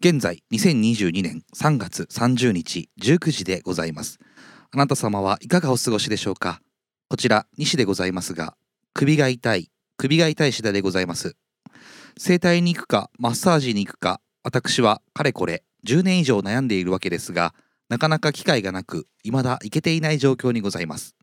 現在2022年3月30日19時でございますあなた様はいかがお過ごしでしょうかこちら西でございますが首が痛い首が痛い次第でございます整体に行くかマッサージに行くか私はかれこれ10年以上悩んでいるわけですがなかなか機会がなく未だ行けていない状況にございます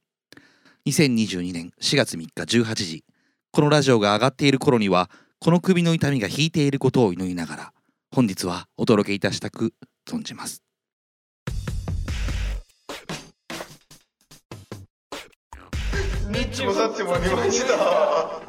2022年4月3日18時このラジオが上がっている頃にはこの首の痛みが引いていることを祈りながら本日はお届けいたしたく存じますミッチもサッチもありました。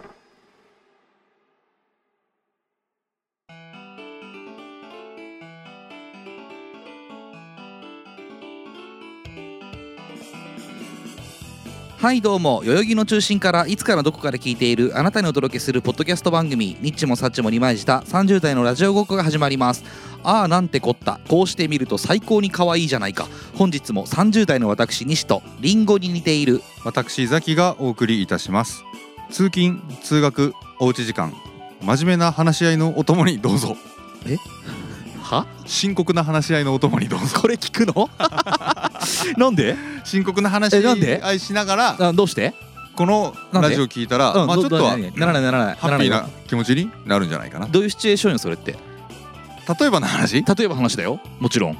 はいどうも代々木の中心からいつからどこかで聞いているあなたにお届けするポッドキャスト番組「ニッチもサッチも二枚舌」30代のラジオごっこが始まりますああなんてこったこうしてみると最高に可愛いじゃないか本日も30代の私西とリンゴに似ている私ザキがお送りいたします通勤通学おうち時間真面目な話し合いのお供にどうぞは 深刻な話し合いのお供にどうぞこれ聞くの なんで深刻な話えしなんで合いしながらあどうしてこのなんでラジオ聞いたらうんまあちどょっとどはならないならないハらッいピーな気持ちになるんじゃないかなどういうシチュエーションよそれって例えばの話例例えば話だよもちろん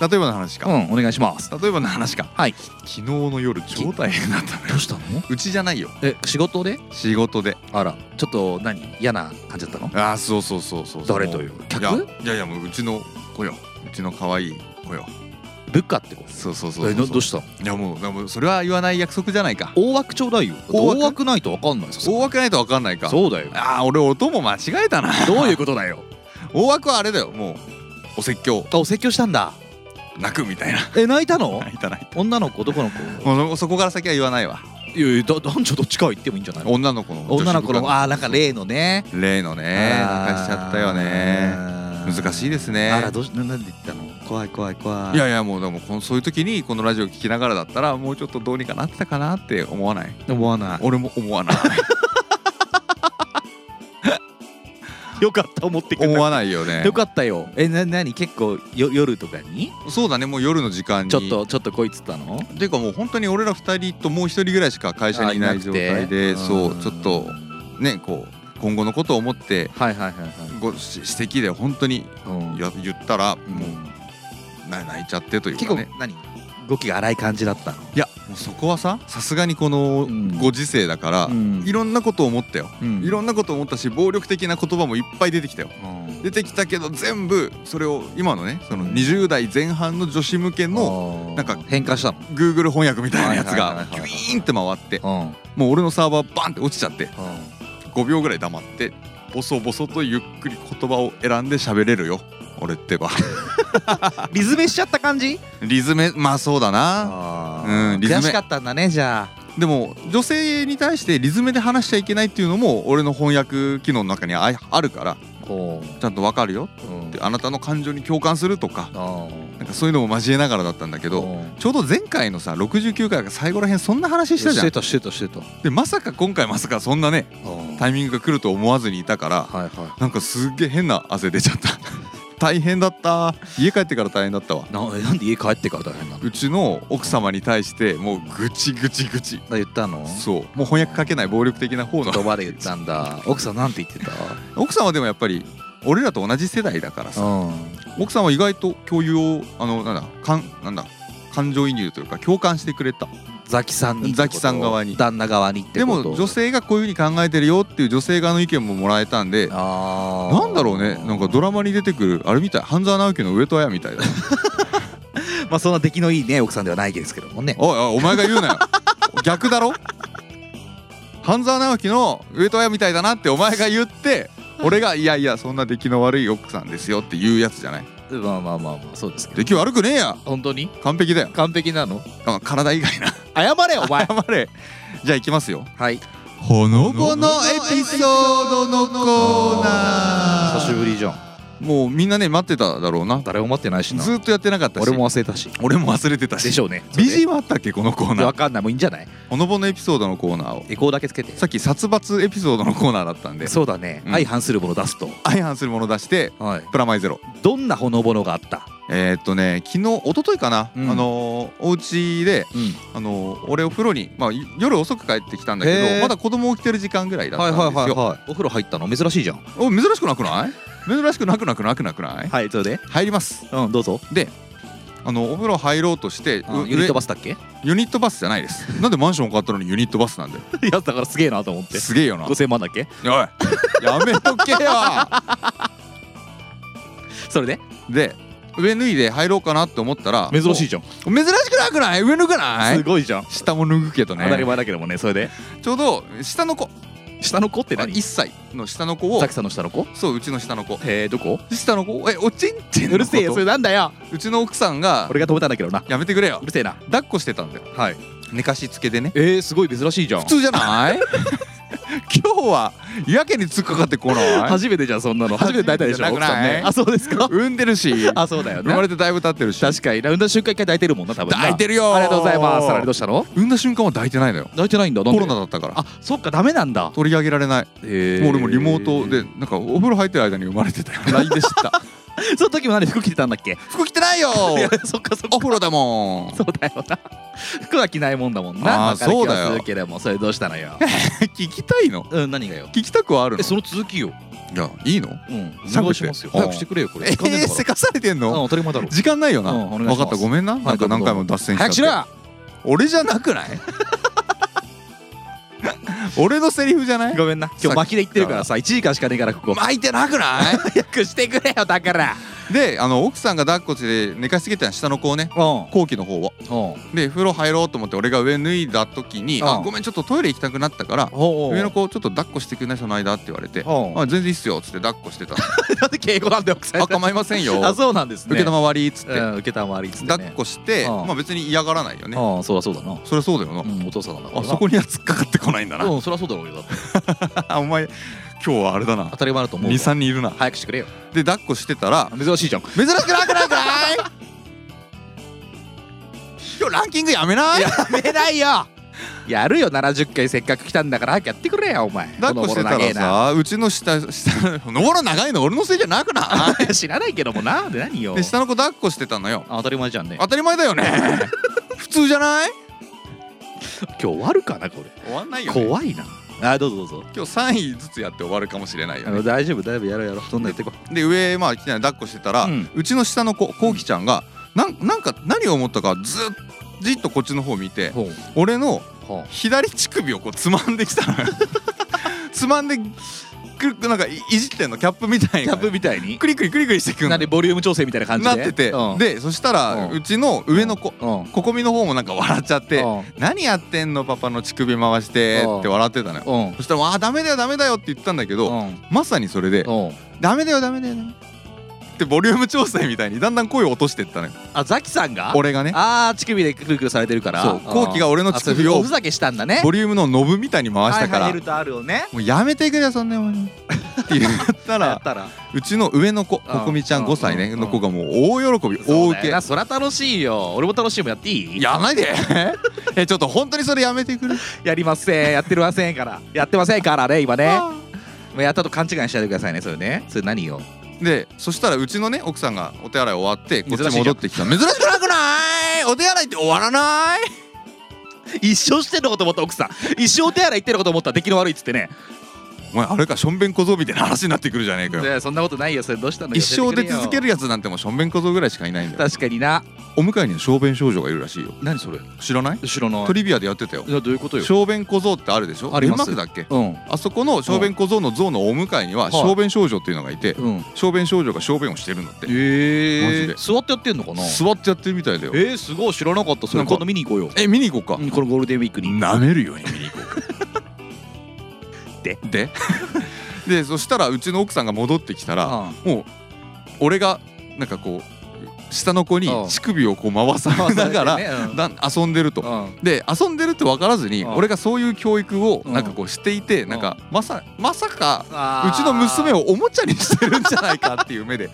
えばの話うかんお願いします例えばの話かはい昨日の夜超大変だったのどようしたのうちじゃないよえ仕事で仕事であらちょっと何嫌な感じだったのああそうそうそうそう誰というい客やいやいやもううちの子ようちの可愛い子よ部下ってことそうそうそうえそなうどうしたのいやもうでもそれは言わない約束じゃないか大枠ちょうだいよ大枠大枠ないと分かんないさすがに大枠ないと分かんないかそうだよああ俺音も間違えたなどういうことだよ大枠はあれだよもうお説教あお説教したんだ泣くみたいなえ泣いたの泣いた泣い女の子男の子たもうそそこから先は言わないわいやいやだ男女どっちかは言ってもいいんじゃないの女の子の女の子の女あーなんか例のね子例のねあー泣かしちゃったよね難しいですねあらどうしななんで言ったの怖い怖い怖いいやいやもうでもこのそういう時にこのラジオ聞きながらだったらもうちょっとどうにかなってたかなって思わない思わな俺も 思わないいよかった思ってくれ思なわないよねいよかったよえな何結構よ夜とかにそうだねもう夜の時間にちょっとちょっとこいつったのっていうかもう本当に俺ら二人ともう一人ぐらいしか会社にいない状態でそうちょっとねこう今後のことを思ってはいはいはいはいごし指摘で本当にうんや言ったらうんもうな泣いちゃってという結か構ね何動きが荒い感じだったのいやもうそこはささすがにこのうんご時世だからうんいろんなことを思ったよいんろんなことを思ったし暴力的な言葉もいっぱい出てきたよ出てきたけど全部それを今のねその20代前半の女子向けののなんか変化したの Google 翻訳みたいなやつはいはいがはいギュはいイーンって回ってうんうんもう俺のサーバーバンって落ちちゃって5秒ぐらい黙ってボソボソとゆっくり言葉を選んで喋れるよ俺ってば リズメしちゃった感じリズメまあそうだなあうんリズメ悔しかったんだねじゃあでも女性に対してリズメで話しちゃいけないっていうのも俺の翻訳機能の中にああるからこちゃんとわかるよううんってあなたの感情に共感するとかあなんかそういうのも交えながらだったんだけどちょうど前回のさ69回が最後らへんそんな話したじゃんしてたしてたしてたでまさか今回まさかそんなねタイミングが来ると思わずにいたからはいはなんかすっげえ変な汗出ちゃった 大変だった家帰ってから大変だったわいなえなんで家帰ってから大変なのうちの奥様に対してもうぐちぐちぐちだ言ったのそうもう翻訳かけない暴力的な方の言葉で言ったんだ奥さんなんて言ってた奥様でもやっぱり俺らと同じ世代だからさうん奥さんは意外と共有をあのなんだかんなんだ感情移入というか共感してくれたザキさんにってことザキさん側に旦那側にってことでも女性がこういう風に考えてるよっていう女性側の意見ももらえたんであーなんだろうねなんかドラマに出てくるあれみたい半沢直樹の上戸彩みたいだまあそんな出来のいいね奥さんではないですけどもねおいおいお前が言うなよ逆だろ半沢直樹の上戸彩みたいだなってお前が言って俺が「いやいやそんな出来の悪い奥さんですよ」って言うやつじゃないまあまあまあまあそうですけど出来悪くねえや本当に完璧だよ完璧なのあ体以外な謝れお前謝れじゃあ行きますよはいほのぼのエピソードのコーナー久しぶりじゃんもうみんなね待ってただろうな誰も待ってないしなずっとやってなかったし俺も忘れたし俺も忘れてたでししょうね美人はあったっけこのコーナわーかんないもういいんじゃないほのぼのエピソードのコーナーをエコーだけつけてさっき殺伐エピソードのコーナーだったんでそうだね、うん相反するもの出すと、相反するもの出してはい、プラマイゼロどんなほのぼのがあった、えー、っとね昨日一昨日かな、うんあのーお家でうん、あのー俺お風呂にまあい夜遅く帰ってきたんだけへーどまだ子供起きてる時間ぐらいだったんですよ、いお風呂入ったの珍しいじゃんお珍しくなくない珍しくなくなくなくなくないはいそれで入りますうんどうぞあのお風呂入ろうとしてあのうユニット上バスだっけいユニットバスじゃないです なんでマンション買ったのにユニットバスなんだよやだからすげえなと思ってすげえよなおい5000万だっけやめとけよ それでで上脱いで入ろうかなって思ったら珍しいじゃん、もう珍しくなくない上脱がなすいごいじゃん下も脱ぐけど当たりね前だけどもねそれでちょうど下の子下の子ってあ何1歳の下の子をザキさんの下の子そううちの下の子えー、どこ下の子えおちんちんのうるせえよこそとれなんだようちの奥さんが俺が止めたんだけどなやめてくれようるせえな抱っこしてたんだよはい寝かしつけでねえー、すごい珍しいじゃん普通じ ゃない今日はやけに突っかかってこない初めてじゃんそんなの初めて抱いたでしょ初めて奥じゃなくさんないねあそうですか産んでるし あそうだよ生まねれてだいぶ経ってるし確かにな産んだ瞬間一回抱いてるもんな多分な抱いてるよありがとうございますさらにどうしたの産んだ瞬間は抱いてないのよ抱いてないんだなんコでロナだったからあそっかダメなんだ取り上げられないへもう俺もリモートでなんかお風呂入ってる間に生まれてたよ LINE で知った その時も何服着てたんだっけ 服着てないよいや そっかそっかお風呂だもんそうだよな 服は着ないもんだもんなあーわかる気はそうだよするけれどもそれどうしたのよ聞きたい のうん何がよ聞きたくはあるのえその続きよいやいいのうんしゃおべ願っていしますようん早くしてくれよこれえ掴んでんー、だかせかされてんらのうん当たり前だろ時間ないよな、うんお願いしま分すかったごめんな、なんか何回も脱線しちゃって早く俺じゃな くない俺のセリフじゃないごめんな今日巻きで言ってるからさ1時間しかねえからここ巻いてなくない 早くしてくれよだからであの奥さんが抱っこして寝かしつけてた下の子をねうん後期の方をうんで風呂入ろうと思って俺が上脱いだ時に「うんあごめんちょっとトイレ行きたくなったからお上の子ちょっと抱っこしてくれないその間」って言われて「うん あ全然いいっすよ」っつって抱っこして た「なんで敬語なんだよ奥さんあ構いませんよあそうなんですね受け止まわり」っつってうん受けたまわりっつってね抱っこしてうんまあ別に嫌がらないよねああそうだそうだなそりゃそうだよなうんお父さんなんだからあなそこには突っかかってこないんだなうんそりゃそうだろうよだってあ お前今日はあれだな当たり前だと思うわ23人いるな早くしてくれよで抱っこしてたら珍しいじゃん珍しくなくないかい 今日ランキングやめないやめないよやるよ70回せっかく来たんだから早くやってくれよお前抱っこしてたこのら頃長さうちの下下 のぼろ長いの俺のせいじゃなくなえな 知らないけどもなで何いよで下の子抱っこしてたのよあ当たり前じゃんね当たり前だよね 普通じゃない今日終わるかなこれ終わんないよ、ね、怖いなあどうぞどうぞ今日3位ずつやって終わるかもしれないよあのね大丈夫大丈夫やろうやろうどんどんやっていこで上まあきなり抱っこしてたら、ううんちの下の子こうきちゃんがなんなんか何を思ったかずっじっとこっちの方を見てうほう俺のほ左乳首をこうつまんでき たのよつまんでくるなんかいいじってんのキャップみたういキなャップみたいにクリクリクリクリしてくんのなにボリューム調整みたいな感じでなってて、うんでそしたら、ううんちの上の子、うんここみの方もなんか笑っちゃって「うん何やってんのパパの乳首回して」うんって笑ってたのよ、うんそしたら「あーダメだよダメだよ」って言ったんだけど、うんまさにそれでうん「ダメだよダメだよダメだよ」ってボリューム調整みたいにだんだん声を落としてったのよあザキさんが俺がねあー乳首でクルクルされてるからそうコウキが俺の乳首をあそういうおふざけしたんだねボリュームのノブみたいに回したから、はいはい、ルとあるよねもうやめてくれよそんなもんって言ったやらったらうちの上の子うんここみちゃん5歳うんねうんの子がもう大喜び大そう受だよけなそら楽しいよ俺も楽しいもんやっていいやらな いでえちょっと本当にそれやめてくれやりませんやってるませんからやってませんからね今ねあもうやったと勘違いしないでくださいねそれねそれ何よーでそしたらうちのね奥さんがお手洗い終わってこっ珍しちいじ戻ゃんってきた珍しくなくないお手洗いって終わらない一生してんのかと思った奥さん一生お手洗い行ってるのかと思ったら出来の悪いっつってねお前あれかしょんべん小僧みたいな話になってくるじゃねえかいよやそんなことないよそれどうしたの一生出続けるるやつなんてもうしょんべん小僧ぐらいしかいないんだよ確かになお迎えには小便少女がいるらしいよ何それ知らない後ろのトリビアでやってたよいやどういうことよ小便小僧ってあるでしょありますデンマークだっけうんあそこの小便小僧の像のお迎えにははい小便少女っていうのがいてうん小便少女が小便をしてるんだってマジえで座ってやってんのかな座ってやってるみたいだよえー、すごい知らなかったそれなんか今度見に行こうよえ見に行こううかんこのゴールデンウィークに舐めるように見に行こうかでで でそしたらうちの奥さんが戻ってきたらあもう俺がなんかこう下の子にうん乳首をこう回 されながら、だん遊んでると。で遊んでるって分からずにうん俺がそういう教育をうんなんかこうしていてんなんかまさまさかううちの娘をおもちゃにしてるんじゃないかってい う目で違う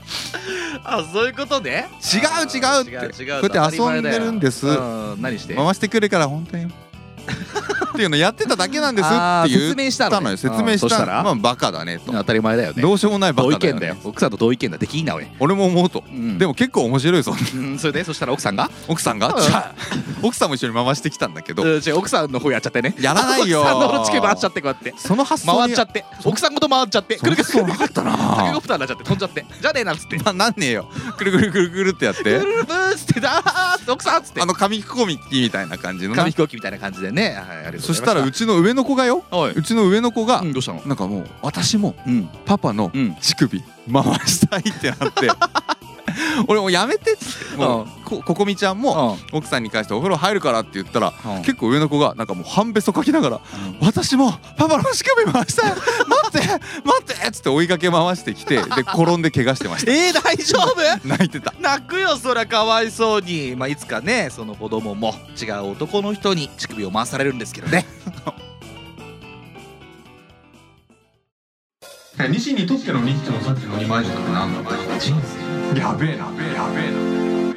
あそういうことで違うってこうやって遊んでるんですうん何して回してくれから本当にっていうのやってただけな んですって言説明したったののねよ説明うんそしたたのらまあバカだねと当たり前だよねどうしようもないバ同カ意だよ見だねよ奥さんと同意見だできんなおい俺も思うとでもも結構面白いぞそれでそしたら奥さんが奥さんがうんじゃあ 奥さんも一緒に回してきたんだけどうん違う奥さんの方やっちゃってねやらないよ奥さんの方の乳首回っちゃってこうやってその発想回にっちゃって奥さんごと回っちゃってそくのるく発るく想るなかったなヘリコプターになっちゃって飛んじゃってじゃねえなっつって ななんねえよくるくるくるくるってやっブてルルブーっつってだーって奥さんっつってあの紙飛行機みたいな感じのな紙飛行機みたいな感じでねはいありがとうございまそしたらうちの上の子がよおいうちの上の子がうんどうしたのなんかもう私もうんパパのうん乳首回したいってなって 俺もうやめてっつってもうこここみちゃんも奥さんに関してお風呂入るからって言ったらうん結構上の子がなんかもう半べそかきながら「私もパパの乳首回したい待って待って!」っつって追いかけ回してきてで転んで怪我して ましたえー大丈夫泣いてた泣くよそりゃかわいそうに、まあ、いつかねその子供も違う男の人に乳首を回されるんですけどね西にとってのニッチもサッチの二枚塾なんだ人生やべえなやべえやべえな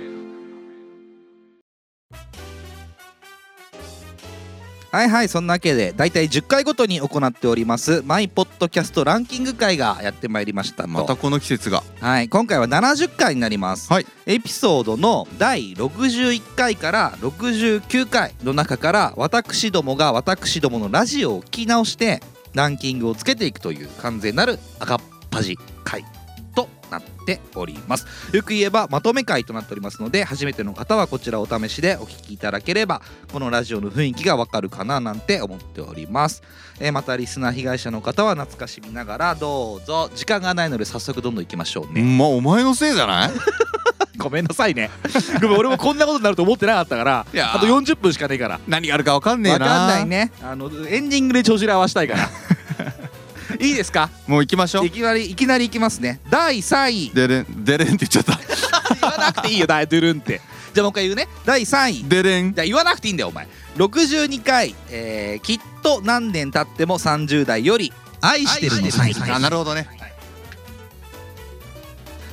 はいはいそんなわけで大体10回ごとに行っておりますマイポッドキャストランキング会がやってまいりましたとまたこの季節がはい、今回は70回になります、はいエピソードの第61回から69回の中から私どもが私どものラジオを聞き直してランキングをつけていくという完全なる赤っ端回となっておりますよく言えばまとめ回となっておりますので初めての方はこちらお試しでお聞きいただければこのラジオの雰囲気がわかるかななんて思っておりますえーまたリスナー被害者の方は懐かしみながらどうぞ時間がないので早速どんどん行きましょうね、まあお前のせいじゃない ごめんなさいね ごめん俺もこんなことになると思ってなかったからいやーあと40分しかねえから何があるかわかんねえわなかんないねあのエンディングで調子で合わしたいから いいですかもう行きましょういきなりいきなりいきますね第3位デレンデレンって言っち ゃった言わなくていいよ大ドゥルンって じゃあもう一回言うね第3位デレンじゃあ言わなくていいんだよお前62回、えーきっと何年経っても30代より愛してるのサインあなるほどね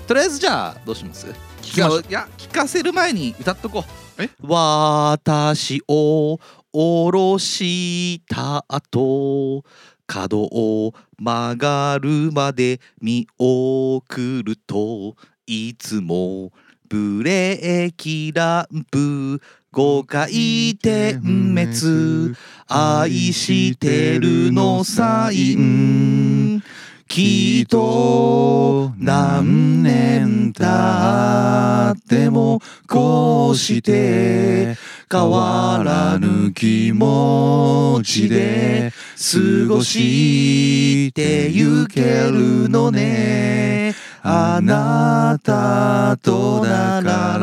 とりあえずじゃあどうします聞きましょいや聞かせる前に歌っとこうえ私を下ろした後角を曲がるまで見送るといつもブレーキランプ5回点滅愛してるのサインきっと何年経ってもこうして変わらぬ気持ちで過ごしてゆけるのねあなたとだか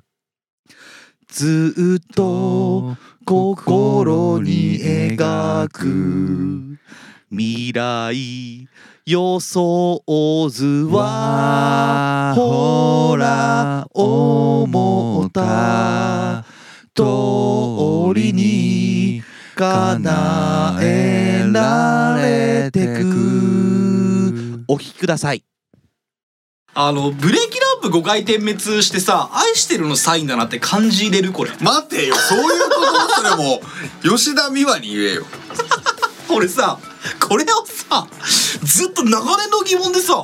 らずっと心に描く未来予想図はほら思った通りに叶えられてくお聞きくださいあの、ブレーキランプ5回点滅してさ、愛してるのサインだなって漢字入れるこれ。待てよそういうことそれも吉田美和に言えよこれさ、これをさ、ずっと長年の疑問でさ、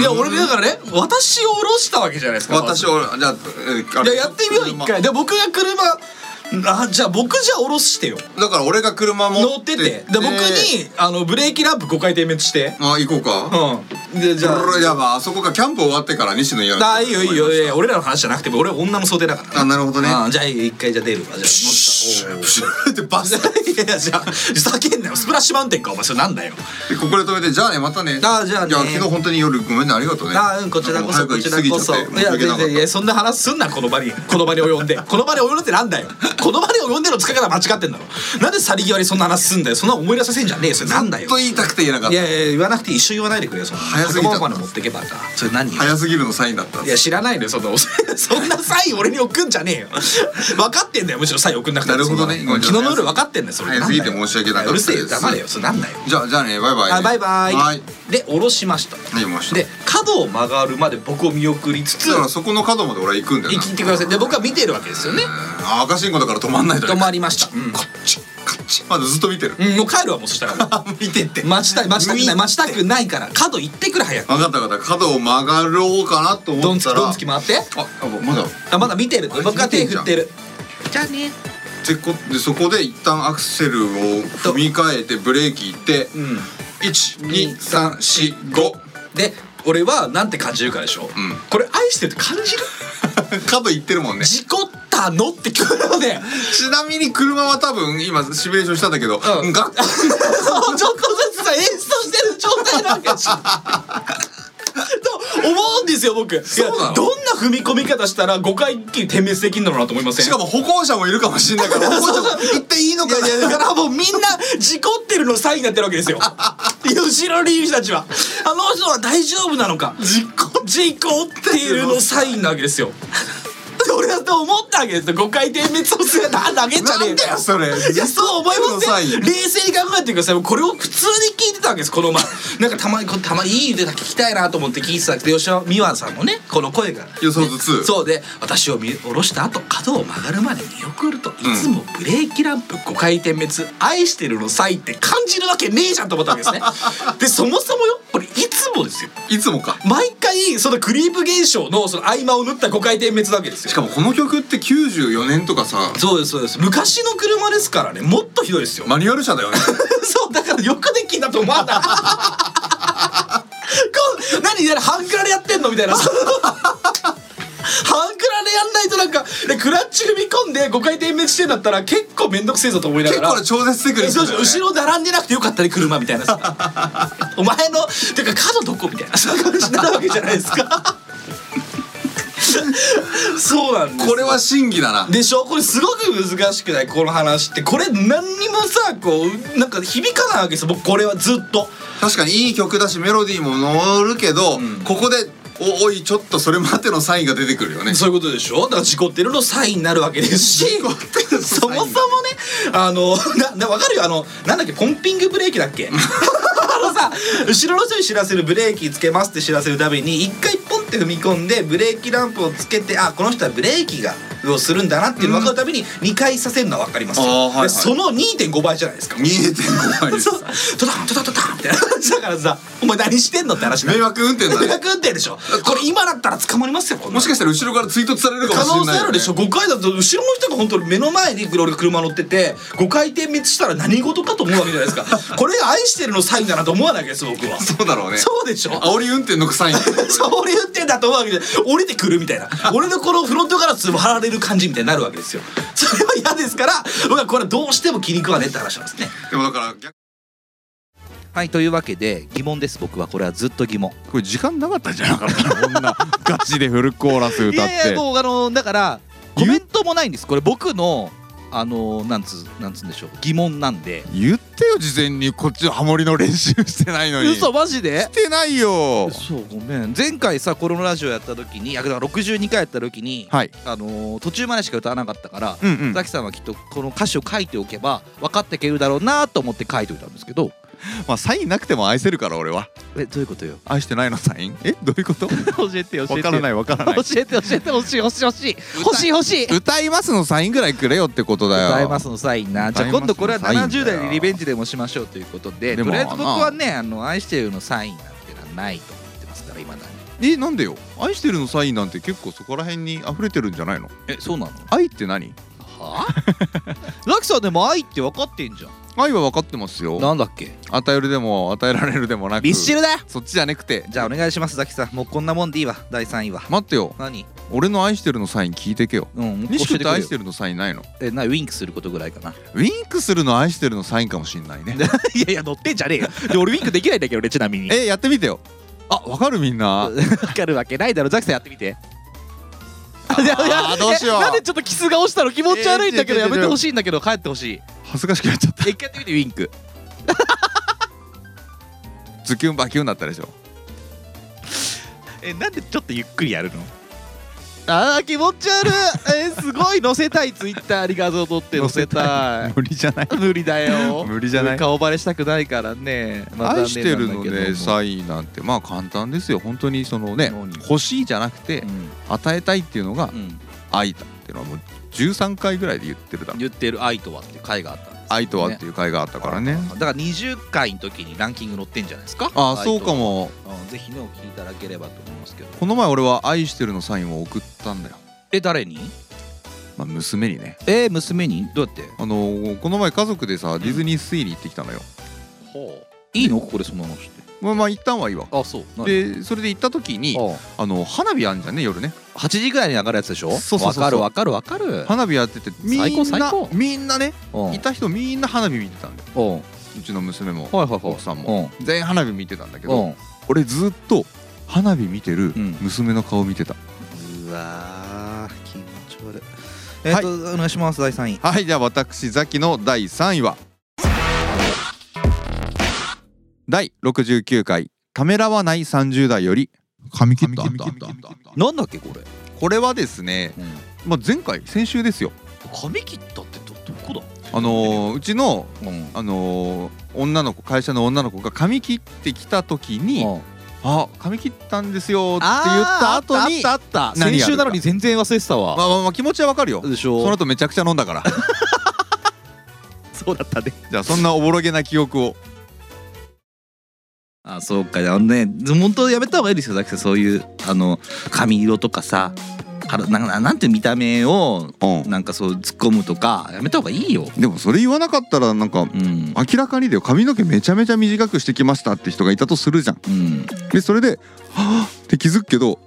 いや、俺だからね、私を下ろしたわけじゃないですか。私を。はじゃあえあいや、れやってみよう、一回。で、僕が車、あ、じゃあ僕じゃ下ろしてよ。だから俺が車持乗ってて。で、僕に、あの、ブレーキランプ5回点滅して。あ行こうかうん。で、じゃ俺あ。やばあそこかキャンプ終わってから西野やあ、いいよいいよ。いやいや俺らの話じゃなくて、俺は女の想定だから。あなるほどねうんじゃあいいよ一回じゃあ出るわじゃあシュおッうシュ ッってバスいやいやじゃあ叫んなよスプラッシュマウンテンかお前それなんだよでここで止めてじゃあねまたねあじゃあねいや昨日本当に夜ごめんねありがとうねああうんこちらこそ早こく行ちきら過ぎこちゃそっていや申し訳な全かっ 然いやそんな話すんなこの場にこの場に及んでこの場に及んでってなんだよこの場で呼んでるの使い方間違ってんだろなんで去り際にそんな話すんだよそんな思い出させんじゃねえよそれなんだよずっと言いたくて言えなかっいたやいや言わなくて一緒言わないでくれよそんな早すぎた言葉まで持ってけばさそれ何よ早すぎるのサインだったんいですや知らないのよその そんなサイン俺に送んじゃねえよ分かってんだよむしろサイン送んなくてもなるほどねそんなのうん昨日の夜分かってんだよそれ早すぎて申し訳なかったうでるすせえよ黙れよそれなんだよじゃあじゃあねバイバイあバイバイはいで下ろしましたはいもう一つで角を曲がるまで僕を見送りつつだからそこの角まで俺は行くんだよ行なきってくださいで僕は見てるわけですよねあ赤信号だから止まんないとね止まりました、うんこっちこっちまだずっと見てるうん、もう帰るわもうそしたらも見てってう待ちたい待ちたく見なてい待ちたくないから角行ってくれ早く分かった分かった角を曲がろうかなとド思ンっつきたらドンつき回ってああまだあまだ見てるあいつ僕は手振ってるてこでそこで一旦アクセルを踏み替えてブレーキいってうん12345で俺はなんて感じるかでしょ、んこれ愛してるって感じる角いってるもんね事故ったのって聞くのでちなみに車は多分今シミュレーションしたんだけど、うんがそのちょっとずつさ演出してる状態なわけでしょと思うんですよ僕いやそうなのどんな踏み込み方したら5回一気に点滅できるんだろうなと思いませんしかも歩行者もいるかもしれないから歩行者も行っていいのいかやいやだからもうみんな事故ってるのサインになってるわけですよ後ろにいる人たちはあの人は大丈夫なのか事故事故ってるのサインなわけですよ俺だって思ったわけですよ誤解点滅をするなん投げんじゃねえなんだよそれいやそう思いま事故ってるのサせインん冷静に考えてくださいこれを普通に聞いてたわけですこの前なんかたまにこたまにいい歌聞きたいなと思って聞いてたんですけど吉田美和さんのねこの声が予想図2そうで私を見下ろした後角を曲がるまで見送るといつもブレーキランプ5回点滅「愛してる」のサインって感じるわけねえじゃんと思ったわ けですねでそもそもよこれいつもですよいつもか毎回そのクリープ現象のその合間を縫った5回点滅なわけですよしかもこの曲って94年とかさそうですそうです昔の車ですからねもっとひどいですよマニュアル車 だよね そうだからよくできんだと思わない こう何何半クラでやってんのみたいな 半クラでやんないとなんかでクラッチ踏み込んで5回転滅してんだったら結構面倒くせえぞと思いなが結ら構な超絶テクニックそうだそうよね後ろ並んでなくてよかったね車みたいなさお前のてか角どこみたいなそういう感じになるわけじゃないですか そうなんですこれは真偽だなでしょこれすごく難しくないこの話ってこれ何にもさこうなんか響かないわけですよ僕これはずっと確かにいい曲だしメロディーも乗るけど、んここでおおいちょっとそれ待てのサインが出てくるよねそういうことでしょだから事故ってるのサインになるわけですし故ってるのサインそもそもねあのなな分かるよあのなんだっけポンピングブレーキだっけあのさ後ろの人に知らせるブレーキつけますって知らせるために一回ポンって踏み込んでブレーキランプをつけてあこの人はブレーキがをするんだなっていうの分かるために2回させるのは分かりますよ、あーはいはいでその2.5倍じゃないですか2.5倍 ですそうトタントタントタンって話だからさお前何してんのって話迷惑運転だ迷ね惑運転でしょこれ今だったら捕まりますよこんな ものしかしたら後ろから追突されるか可もしれない、能性あるでしょ5回だと後ろの人が本当に目の前に俺が車乗ってて5回転滅したら何事かと思うわけじゃないです かこれが愛してるのサインだなと思わないわけです僕 はそうだろうねそうでしょ煽り運転 のサインそう俺言ってんだと思うわけで降りてくるみたいな俺のこのフロントガラスも貼られる感じみたいになるわけですよそれは嫌ですから僕はこれはどうしても気に食わねえって話なんですねでもだから逆はいというわけで疑問です僕はこれはずっと疑問これ時間なかったんじゃなかったこんなガチでフルコーラスい歌っやいてやもうあのだからコメントもないんですこれ僕のあのなんつなんつうんでしょう疑問なんで言ってよ事前にこっちのハモリの練習してないのに嘘マジでしてないよそうごめん前回さこのラジオやった時にあだから62回やった時に、はいあのー途中までしか歌わなかったから、うんうんザキさんはきっとこの歌詞を書いておけば分かっていけるだろうなと思って書いておいたんですけどまあサインなくても愛せるから俺はえどういうことよ愛してないのサインえどういうこと教えて教えてわからないわからない教えて教えて欲しい欲しい欲しい欲しい欲しい歌いますのサインぐらいくれよってことだよ歌いますのサインなじゃあ今度これは歌いますのサイ70ンだよ代でリベンジでもしましょうということででもとりあえず僕はねあの愛してるのサインなんてのはないと思ってますから今だにえなんでよ愛してるのサインなんて結構そこら辺に溢れてるんじゃないのえそうなの愛って何はあザキさんでも愛って分かってんじゃん愛は分かってますよなんだっけ与えるでも与えられるでもなくミッシルだよそっちじゃなくてじゃあお願いしますザキさんもうこんなもんでいいわ第3位は待ってよ何俺の愛してるのサイン聞いてけようんもう西君って愛しててるのサインないのえなウィンクすることぐらいかなウィンクするの愛してるのサインかもしんないねいやいや乗ってんじゃねえ よで俺ウィンクできないんだけどねちなみにえやってみてよあわかるみんなわかるわけないだろザキさんやってみて いやいあーやどうしようえなんでちょっとキスが落ちたの気持ち悪いんだけどやめてほしいんだけど帰ってほしい恥ずかしくな っちゃったえ一回やってみてウィンクズキュンバキュンだったでしょえなんでちょっとゆっくりやるのあー気持ち悪いえーすごい載せたいツイッターに画像撮って載せたい無理じゃない無理だよ無理じゃない顔バレしたくないからね、まあ愛してる残念なんだのけでどもサインなんてまあ簡単ですよ本当にそのね何欲しいじゃなくてうん与えたいっていうのがうん愛だっていうのはもう13回ぐらいで言ってるだろ言ってる「愛とは」っていう回があったんです愛とはっていう回があったからねだから20回の時にランキング載ってんじゃないですかああそうもかもぜひねお聞きいただければと思いますけどこの前俺は愛してるのサインを送ったんだよえ誰にまあ娘にねえー娘にどうやってあのーこの前家族でさディズニーシーに行ってきたのよいいのここでそんなのしてまあまあ一旦はいいわあそうででそれで行った時にああの花火あんじゃんね夜ね8時ぐらいに上がるやつでしょそうそうそうそうわかるわかるわかる花火やっててみ最高ん最な高みんなねうんいた人みんな花火見てたんだようんはいうちの娘もはいはい奥さんうも全員花火見てたんだけんど俺ずっと花火見てるうん娘の顔見てたうんうわー気持ち悪いえっとお願いします第3位はいじゃあ私ザキの第3位は第69回「ためらわない30代より髪切った」なんだっけこれこれはですね、まあ、前回先週ですよ髪切ったってどどこだあのーうちの、うんあのー女の子会社の女の子が髪切ってきた時にうん「あ髪切ったんですよ」って言った後にあーあったあったあった何先やるか週なのに全然忘れてたまわあまあまあ気持ちはわかるよでしそょの後めちゃくちゃ飲んだから そうだったねじゃあそんなおぼろげな記憶をあそうかあのね本当やめた方がいいですよザキさんそういうあの髪色とかさからなんかなんていう見た目をうなんかそう突っ込むとかやめた方がいいよんでもそれ言わなかったらなんかうん明らかにだよ髪の毛めちゃめちゃ短くしてきましたって人がいたとするじゃんうん、でそれで「はぁ」って気づくけど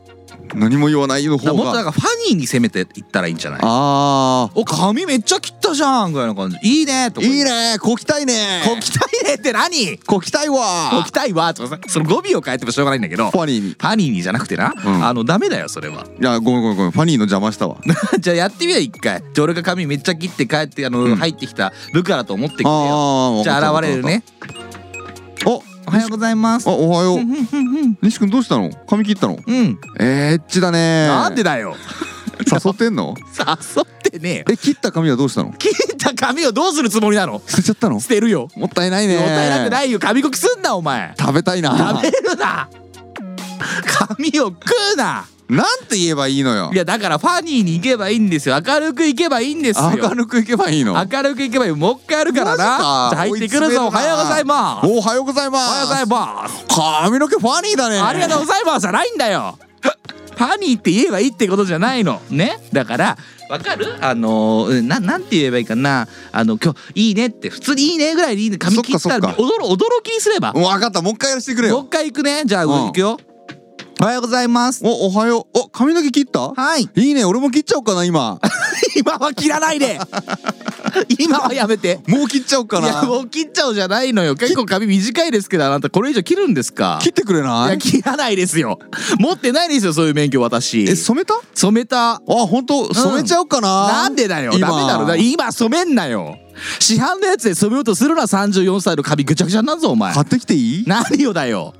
何も言わないのだから方もっとなんがかファニーに攻めていったらいいんじゃないあお髪めっちゃ切ったじゃんぐらいの感じいいねとーかいいねこきたいねこきたいねって何ここきたいわきたいわとかさその語尾を変えてもしょうがないんだけどファニーにいファニーにじゃなくてな、うんあのダメだよそれは やごめんごめんごめんファニーの邪魔したわじゃあやってみよう一回じゃあ俺が髪めっちゃ切って帰ってあの、うん入ってきた部下だと思ってきてよああじゃあ現れるねおおはようございますあおはようんううんうん西君どうしたの髪切ったのうんうんえーエッチだねなんでだよ誘ってんの誘ってねえ よえ切った髪はどうしたの切った髪をどうするつもりなの捨てちゃったの捨てるよもったいないねもったいなくないよ紙コキすんなお前食べたいな食べるな髪を食うななんて言えばいいのよいやだからファニーに行けばいいんですよ明るく行けばいいんですよ明るくいけばいいの明るく行けばいいもう一回やるからなマジかじゃあ入ってくるぞお追い詰めるなはようございますおはようございまおはようございますす髪の毛ファニーだねありがとうございますじゃないんだよファニーって言えばいいってことじゃないのねだからわかるあのーうんななんて言えばいいかなあの今日いいねって普通にいいねぐらいでいいね髪切ったらそっか驚驚きにすればうわ分かったもう一回やらせてくれもうよ一回行くねじゃあ、うん行くよおはようございますおおはようお髪の毛切ったはいいいね俺も切っちゃおうかな 今今は切らない で今はやめてもう切っちゃおうかいやなもう切っちゃおうじゃないのよ結構髪短いですけどあなたこれ以上切るんですか切ってくれいなやい切らないですよ持ってないですよそういう免許私え染めたあ染めた本当染めちゃおうかな、なんでだよ今ダメだろだ今染めんなよ市販のやつで染めようとするな34歳の髪ぐちゃぐちゃになるぞお前買ってきていい何よだよ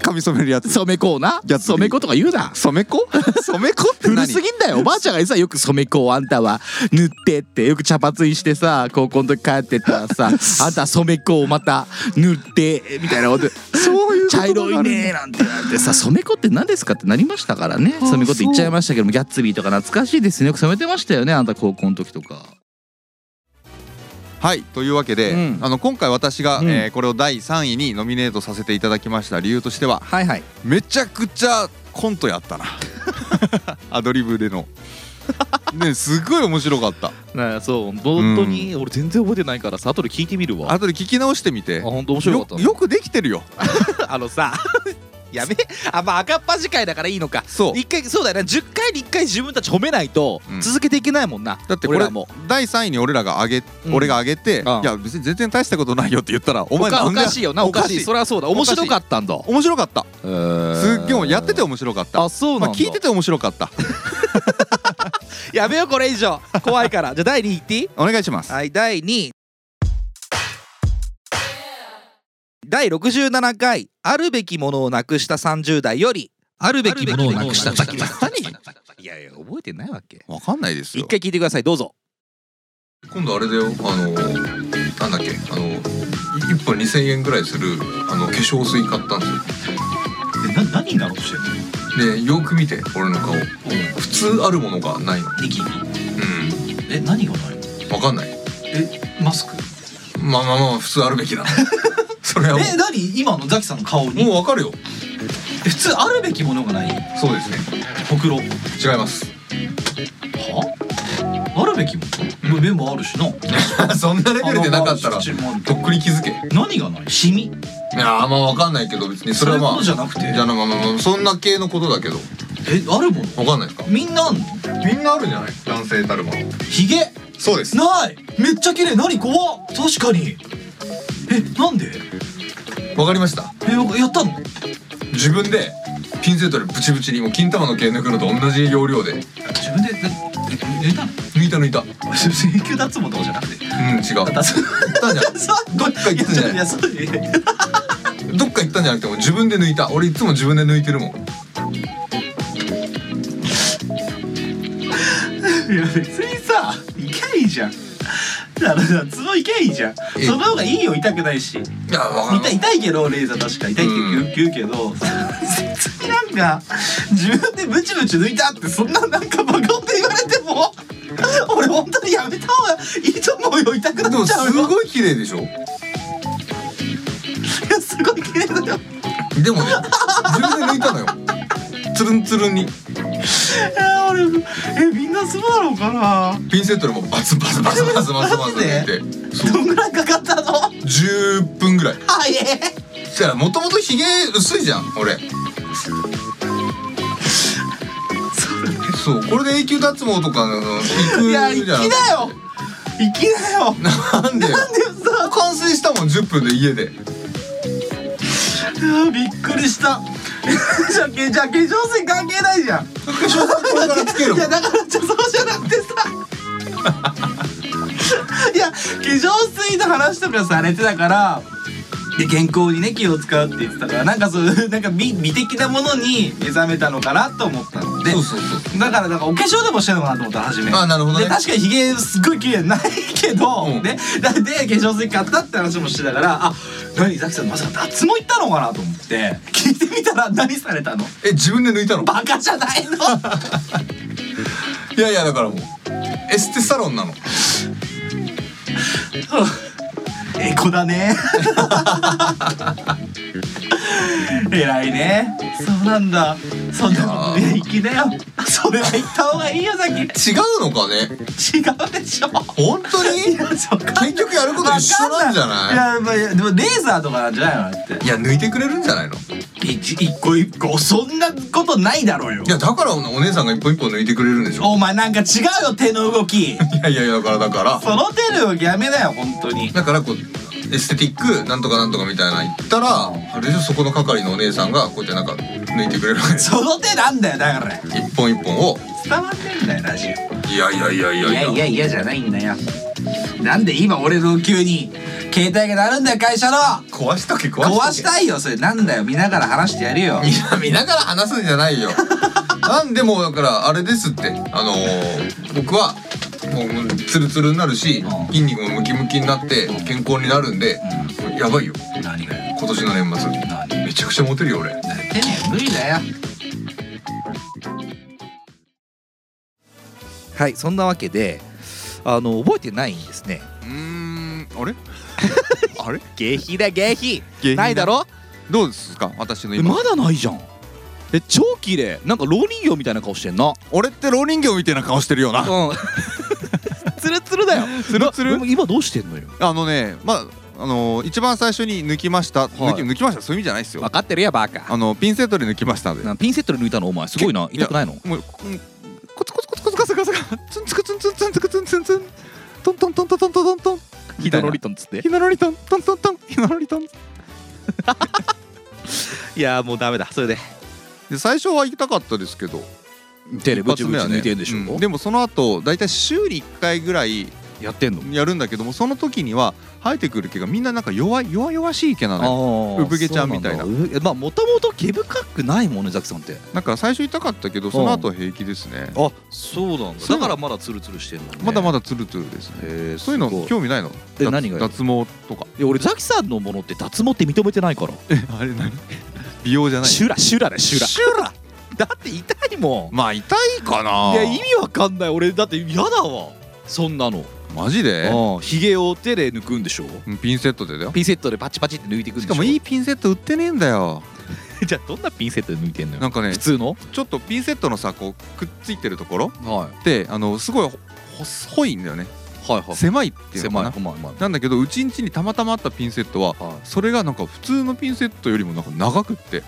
髪染めるやつ染めこうなやつ染めことか言うな染め子 染め子って古何すぎんだよおばあちゃんがさよく染めこうあんたは塗ってってよく茶髪にしてさ高校の時帰ってったらさ あんたは染めこうまた塗ってみたいなことそういうこと茶色いがあるんねだなんてなんてさ染め子って何ですかってなりましたからねあ染め子って言っちゃいましたけどもギャッツビーとか懐かしいですねよく染めてましたよねあんた高校の時とかはいというわけで、うんあの今回私が、うんえーこれを第3位にノミネートさせていただきました理由としてははいはいめちゃくちゃコントやった なアドリブでの ねすごい面白かったなあそううん本当に俺全然覚えてないからさ後で聞いてみるわあ後で聞き直してみて本当面白よかったよくできてるよあのさ やべあまあ赤っ端会だからいいのかそう一回そうだよね10回に1回自分たち褒めないとうん続けていけないもんな、だってこれ俺らも第3位に俺らが上げ、うん俺が上げて、ああいや別に全然大したことないよって言ったらおお前かなおんでかしいよなおかしいそれはそうだおか面しい白かったんだ面白かったすすっげえやってて面白かっあたそうなんだ、まあ、聞いてて面白かったやめようこれ以 上怖いからじゃあ第2位いっていいお願いしますはい第2位第67回「あるべきものをなくした30代」より「あるべきものをなくした30代」何いやいや覚えてないわけわかんないです一よ回聞いてくださいどうぞ今度あれだよあのなんだっけあの1本2000円ぐらいするあの化粧水買ったんですよでな何になろうとしてるでよく見て俺の顔の普通あるものがないのニキビうえ何がないのんわかんないえマスクまあまあまあ普通あるべ きだそれはもえ何今のザキさんの顔うにもうわかるよえ普通あるべきものがないそうですねほくろ違いますはあるべきもの、目もあるしなそんなレベルでなかったら口もあるとっくに気づけい何がないシミやーまあわかんないけど別にそそれれはまもあのじゃなくてじゃあまあまあまあそんな系のことだけどえあるものわかんないですかみんなあんのみんなあるんじゃない男性たるものヒゲそうですないめっちゃ綺麗何怖っ確かにえなんでわかりましたえやったの自分でピンセットでブチブチにもう金玉の毛抜くのと同じ要領で自分でえええたの抜いた抜いたうん違う整形脱毛とかじゃなくて行ったそんじゃそどっか行くんじゃないいやちょっといやそうえんどっか行ったんじゃなくてもう自分で抜いた俺いつも自分で抜いてるもんいや別にさいけばいいじゃんだからさ角いけばいいじゃんえその方がいいよ痛くないしいやわかんな痛いい痛いけどレーザー確か痛いって言う言うけど別になんか自分でブチブチ抜いたってそんななんかバカって言われても俺本当にやめた方がいいと思うよ痛くでなもっちゃうすよごい綺麗でしょいやすごい綺麗だよでもね自分で抜いたのよつるんつるんにいや俺えみんなそうなのかなピンセットでもうバツバツバツバツバツバツ抜いてそうどんぐらいかかったのは10分ぐらいいえそしたらもともとひげ薄いじゃん俺そうこれで永久脱毛とかのいや行粋くじだゃんよ粋だよなんでよなんでさ完成したもん10分で家でうわびっくりした じゃあけじゃあ化粧水関係ないじゃんこれからつけるいもんやだからじゃあそうじゃなくてさいや化粧水の話とかされてたからで健康にね気を使うって言ってたからなんかそういうなんか美美的なものに目覚めたのかなと思ったのでそうそうそうだからなんかお化粧でもしてるのかなと思った初めあなるほどねで確かにひげすっごい綺麗ないけど、うんねだで化粧水買ったって話もしてたからあ何ザキさんまさか脱毛行ったのかなと思って聞いてみたら何されたのえ自分で抜いたのバカじゃないのいやいやだからもうエステサロンなのエコだね偉いねそうなんだそんなこといやーいきなよそれは行った方がいいよザキ違違ううのかねでしょ本当にいやそっか結局やること一緒なんじゃないいやまあいやでもレーザーとかなんじゃないのあれっいや抜いてくれるんじゃないのいて一一個一個そんなことないだろうよやだからお姉さんが一本一本抜いてくれるんでしょお前なんか違うよ手の動きいやいやいやだからだからその手の動きやめなよ本当にだからこうエステティックなんとかなんとかみたいなの言ったらあれでしょそこの係のお姉さんがこうやってなんか抜いてくれるわけですその手なんだよだから一本一本を伝わってんだよラジオいやいやいやいやいやいやいやじゃないんだよなんで今俺の急に携帯が鳴るんだよ会社の壊しとけ壊しとけ壊したいよそれなんだよ見ながら話してやるよいや見ながら話すんじゃない よなんでもうだからあれですってあのー僕はもうツルツルになるしうん筋肉もムキムキになって健康になるんでやばいよ何がよ今年の年末何めちゃくちゃモテるよ俺なってね無理だよはいそんなわけであの覚えてないんですねうーんあれあれ下品だ下品下品だないだろどうですか私のえ今まだないじゃんえ超綺麗なんか老人形みたいな顔してんな俺って老人形みたいな顔してるよなうん ツルツルだよツルツルなでも今どうしてんのよあのねまああのー一番最初に抜きました、抜き抜きましたそういう意味じゃないですよ分かってるやバカあのピンセットで抜きましたんでなピンセットで抜いたのお前すごいなけ痛くないのもうこうんコツコツコツコツカツカツカツンツクツンツンツンツクツンツンツントントントントントントントンヒドロリトンっつってヒノロリトントントントンヒノロリトンいやもうダメだそれでで最初は痛かったですけど手でブチブチ一発目はね抜いてるんでしょ、うんでもその後だいたい週に1回ぐらいやってんのやるんだけどもその時には生えてくる毛がみんななんか弱い弱々しい毛なのよあー産毛ちゃんみたいなそうなんだうまあもともと毛深くないもんねザキさんってなんか最初痛かったけどその後は平気ですねあそうなんだだからまだツルツルしてるの、ね、まだまだだツルツルですねへえそういうの興味ないのえ脱何がよ脱毛とか いや俺ザキさんのものって脱毛って認めてないからえあれ何美容じゃないシュラシュラだシュラシラだって痛いもまあ痛いかんないや意味わかんない俺だって嫌だわそんなのマジでうんひげを手で抜くんでしょうんピンセットでだよピンセットでパチパチって抜いていくんでししょかもいいいピンセット売ってねえんだよ じゃあどんなピンセットで抜いてんのよなんかね普通のちょっとピンセットのさこうくっついてるところはってあのすごいほ細いんだよねいはいはい狭いっていうの狭かいな狭い狭いなんだけどうちんちにたまたまあったピンセットははいそれがなんか普通のピンセットよりもなんか長くって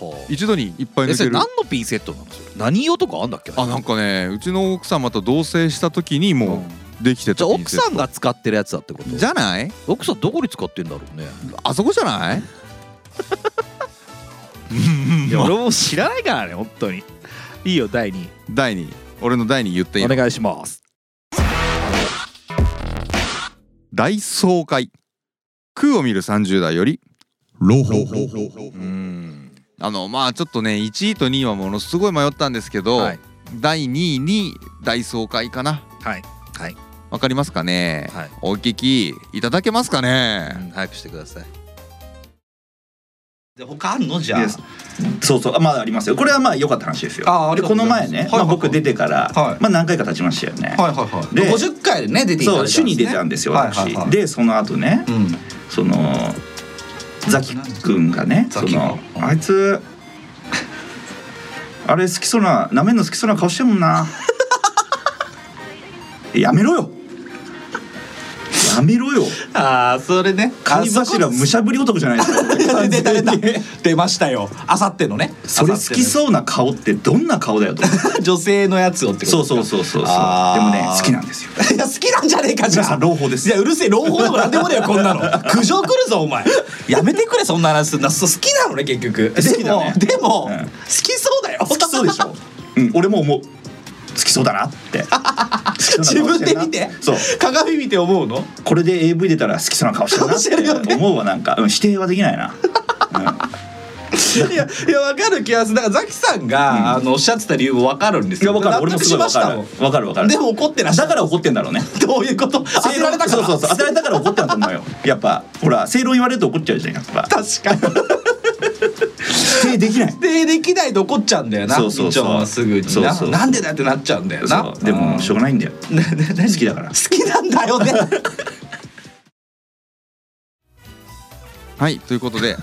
はあ一度にいっぱいえ抜そけれる何のピンセットなのそれ何用とかあんだっけあなんかねうちの奥様と同棲した時にうんもうできてじたゃあピン奥セットさんが使ってるやつだってことじゃない奥さんどこに使ってんだろうねあそこじゃないいや俺も知らないからね本当にいいよ第2第二俺の第二言っていいお願いします大爽快空を見る30代より朗報うんあのまあちょっとね1位と2位はものすごい迷ったんですけど、はい第2位に大爽快かなはいはいわかりますかね、はいお聞きいただけますかね、早くしてくださいで他あるのじゃあいいですそうそうあまだありますよこれはまあ良かった話ですよあありがでとこうごのざいます前ね、はいはいはいまあ、僕出てから、はいまあ、何回か経ちましたよね、はいはいはいで50回でね出ていたそだいたんうです主ねに出たんですよはい私、はいはいでその後ねうんそのザキ君がねザそキがのあいつ あれ好きそうななめんの好きそうな顔してるもんなやめろよやめろよああそれね貝柱むしゃぶり男じゃないです か出た出た出ましたよあさってのねそれ好きうそうな顔ってどんな顔だよと思っ て女性のやつをってことそうそうそうそうそうであーもね好きなんですよ いや好きなんじゃねえかじゃ皆さあん朗報ですいやうるせえ朗報でもなんでもねえよこん なの苦情来るぞお前やめてくれそんな話すんなそう好きなのね結局好きだねでもでも、うん好きそうだよ好きそうでしょ、うん、俺も思う好きそうだなって自分で見てそう鏡見て思う のこれで AV 出たら好きそうな顔してるな顔してるよってね思うわなんか、うん、否定はできないな、いやいやわかる気がするだからザキさんが、あのおっしゃってた理由もわかるんですいやよわかる俺納も得すしごいまわしかたるもんわかるわかるでも怒ってらっしゃだるから怒ってんだろうねどういうこと当てられたからそうそうそう 当てられたから怒ってんだと思 うよやっぱほら正論言われると怒っちゃうじゃんやっぱ確かに否定できない否定できないと怒っちゃうんだよなそうそうそう議長はすぐになそうそうそうなんでだってなっちゃうんだよなそうでもしょうがないんだよ好きだから好きなんだよねはいということ で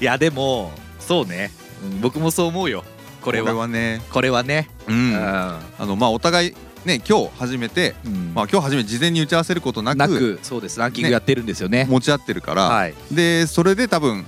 いやでもそうねうん僕もそう思うよここれはねこれはねうんああのまあお互いね今日初めてまあ今日初めて事前に打ち合わせることなくなくそうですランキングやってるんですよね持ち合ってるから、はいでそれで多分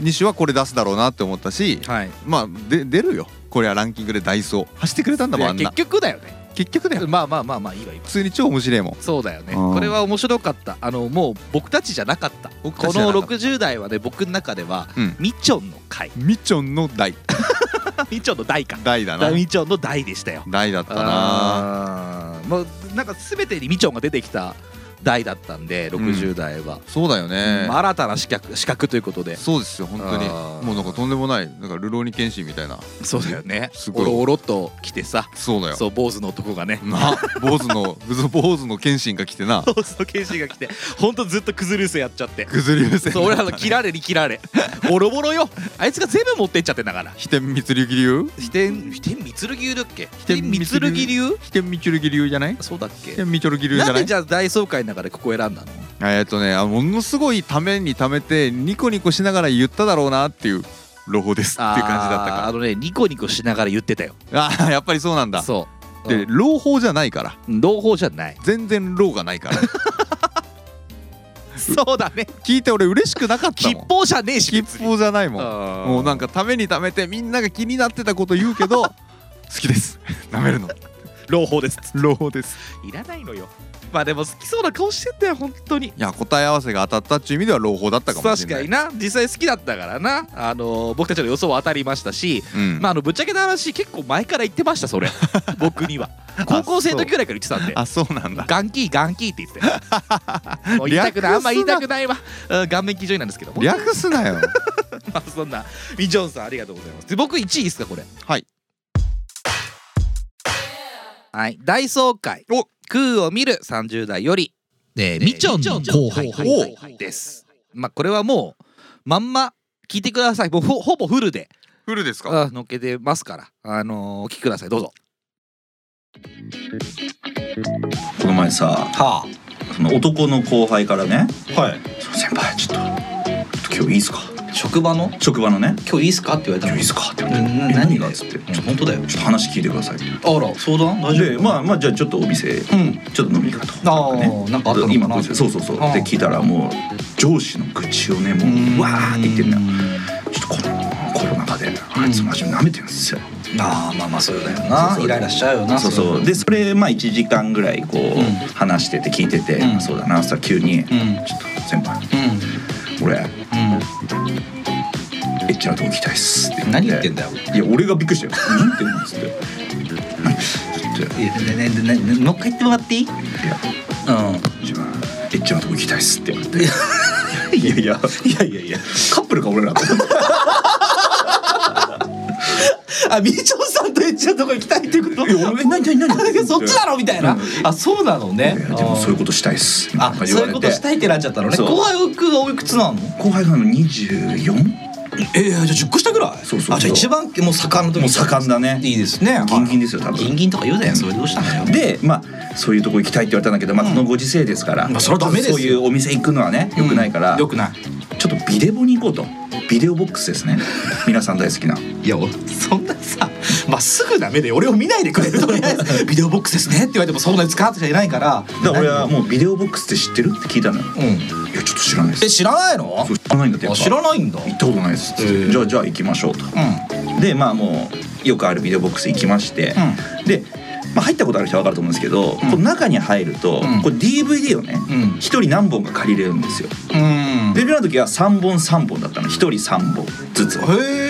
西はこれ出すだろうなって思ったし、はいまあで出るよこれはランキングでダイソー走ってくれたんだもんあんいやな結局だよね結局だよまあまあまあまあいいわいいわ普通に超面白いもんそうだよねうんこれは面白かったあのもう僕たちじゃなかった僕たこちじゃなかのった60代はね僕の中ではうんみちょんの回みちょんの大 みちょんの代か大だなみちょんの代でしたよ大だったなあーもうなんか全てにみちょんが出てきた代だったんで60代は、そうだよね、まあ新たな資格資格ということでそうですよ本当にあーもうなんかとんでもないなんか流浪に剣心みたいなそうだよねすごおいろおろっと来てさそうだよそう坊主の男がねな坊主の ぐず坊主の剣心が来てな坊主の剣士が来てほんとずっとクズルースやっちゃってぐずり風船そう俺らの切られに切られボロボロよあいつが全部持ってっちゃってんだから飛天三剣流飛天飛天三流だっけ飛天天三剣流飛天三剣流じゃないそうだっ飛け天三剣流じゃなんなでいじゃあ大総会の中でここ選んだのえーっとねあものすごいためにためてニコニコしながら言っただろうなっていう朗報ですっていう感じだったあーあかのねニコニコしながら言ってたよらあーやっぱりそうなんだそうで朗報じゃないからうん朗報じゃない全然朗がな いからそうだ ね聞いて俺嬉しくなかった吉もん報じゃねえし吉報じゃないもんももうなんかためにためてみんなが気になってたこと言うけ ど好きですなめるの朗報です朗報ですいらないのよまあでも好きそうな顔してんだよ本当にいや答え合わせが当たったっていう意味では朗報だったかもし確れなかいにな実際好きだったからなあの僕たちの予想は当たりましたし、うんまああのぶっちゃけた話結構前から言ってましたそ れ僕には高校生の時ぐらいから言ってたんであそうなんだガンキーガンキーって言って もう言いたくないあんま言いたくないわうん顔面騎乗位なんですけども略すなよ まあそんなみジョンさんありがとうございますで僕1位いいですかこれはいはい大総会お空を見る30代よりで、みちょんの後輩。後輩ですまあこれはもうまんま聞いてくださいもうほほぼフルで フルですかあのっけてますからあのーお聞きくださいどうぞこの前さ、その男の後輩からねはい「その先輩ちょっとちょっと今日いいっすか?」職場の職場のね「今日いいっすか?」って言われたの「今日いいっすか?」って言われた何が?」っつって「ちょっと本当だよちょっと話聞いてください」あら相談大丈夫でまあまあじゃあちょっとお店、ちょっと飲み行くかとあーなんかあった今こいつそうそうそうで聞いたらもう上司の愚痴をねもううわーって言ってんだよちょっとこのコロナ禍であいつマジで舐めてるんですよああまあまあそうだよそうそうしちゃうよなそううそうでそれまあ1時間ぐらいこう、話してて聞いてて、うんそうだなさ急に、んちょっと先輩う俺んエッチなとこ行きたいっす」って言何言ってんだよいや俺がびっくりしたよ「何言ってんの?」っつって「ちょっといやねねねねもう一回言ってもらっていいうん自分エッチなとこ行きたいっす」って言われて「 いやいやいやいやいやカップルか俺ら」あみちょんさんとエッチなとこ行きたいってこといや俺え何何何あそっちだろみたいなあそうなのねいやでもそういうことしたいっす」みたいなあ感じそでういうこ言われとてしたいってなっちゃったのねそう後輩くおいくつなの後輩があの 24? えー、じゃあ10個下ぐらいそうそうそうあじゃあ一番もう盛んの時もう盛んだねいいですねギンギンですよ多分ギンギンとか言うだよそれどうしたのよでまあそういうとこ行きたいって言われたんだけど、まあ、このご時世ですから、まあそれはダメですよそういうお店行くのはね良くないから、よくないちょっとビデボに行こうとビデオボックス ですね皆さん大好きないや俺そんなさまっすぐダメで俺を見ないでくれるとりあえずビデオボックスですねって言われてもそんなに使ってちゃいないからだから俺はもうビデオボックスって知ってるって聞いたのようんいやちょっと知らないでえす知らないのそう知らないんだってやあっぱ知らないんだ行ったことないです、ーじゃあじゃあ行きましょうとうでまあもうよくあるビデオボックス行きまして、で、まあ、入ったことある人は分かると思うんですけど、こう中に入ると、うんこう DVD をねんうん一人何本か借りれるんですようんデビューの時は3本3本だったの1人3本 ずつへ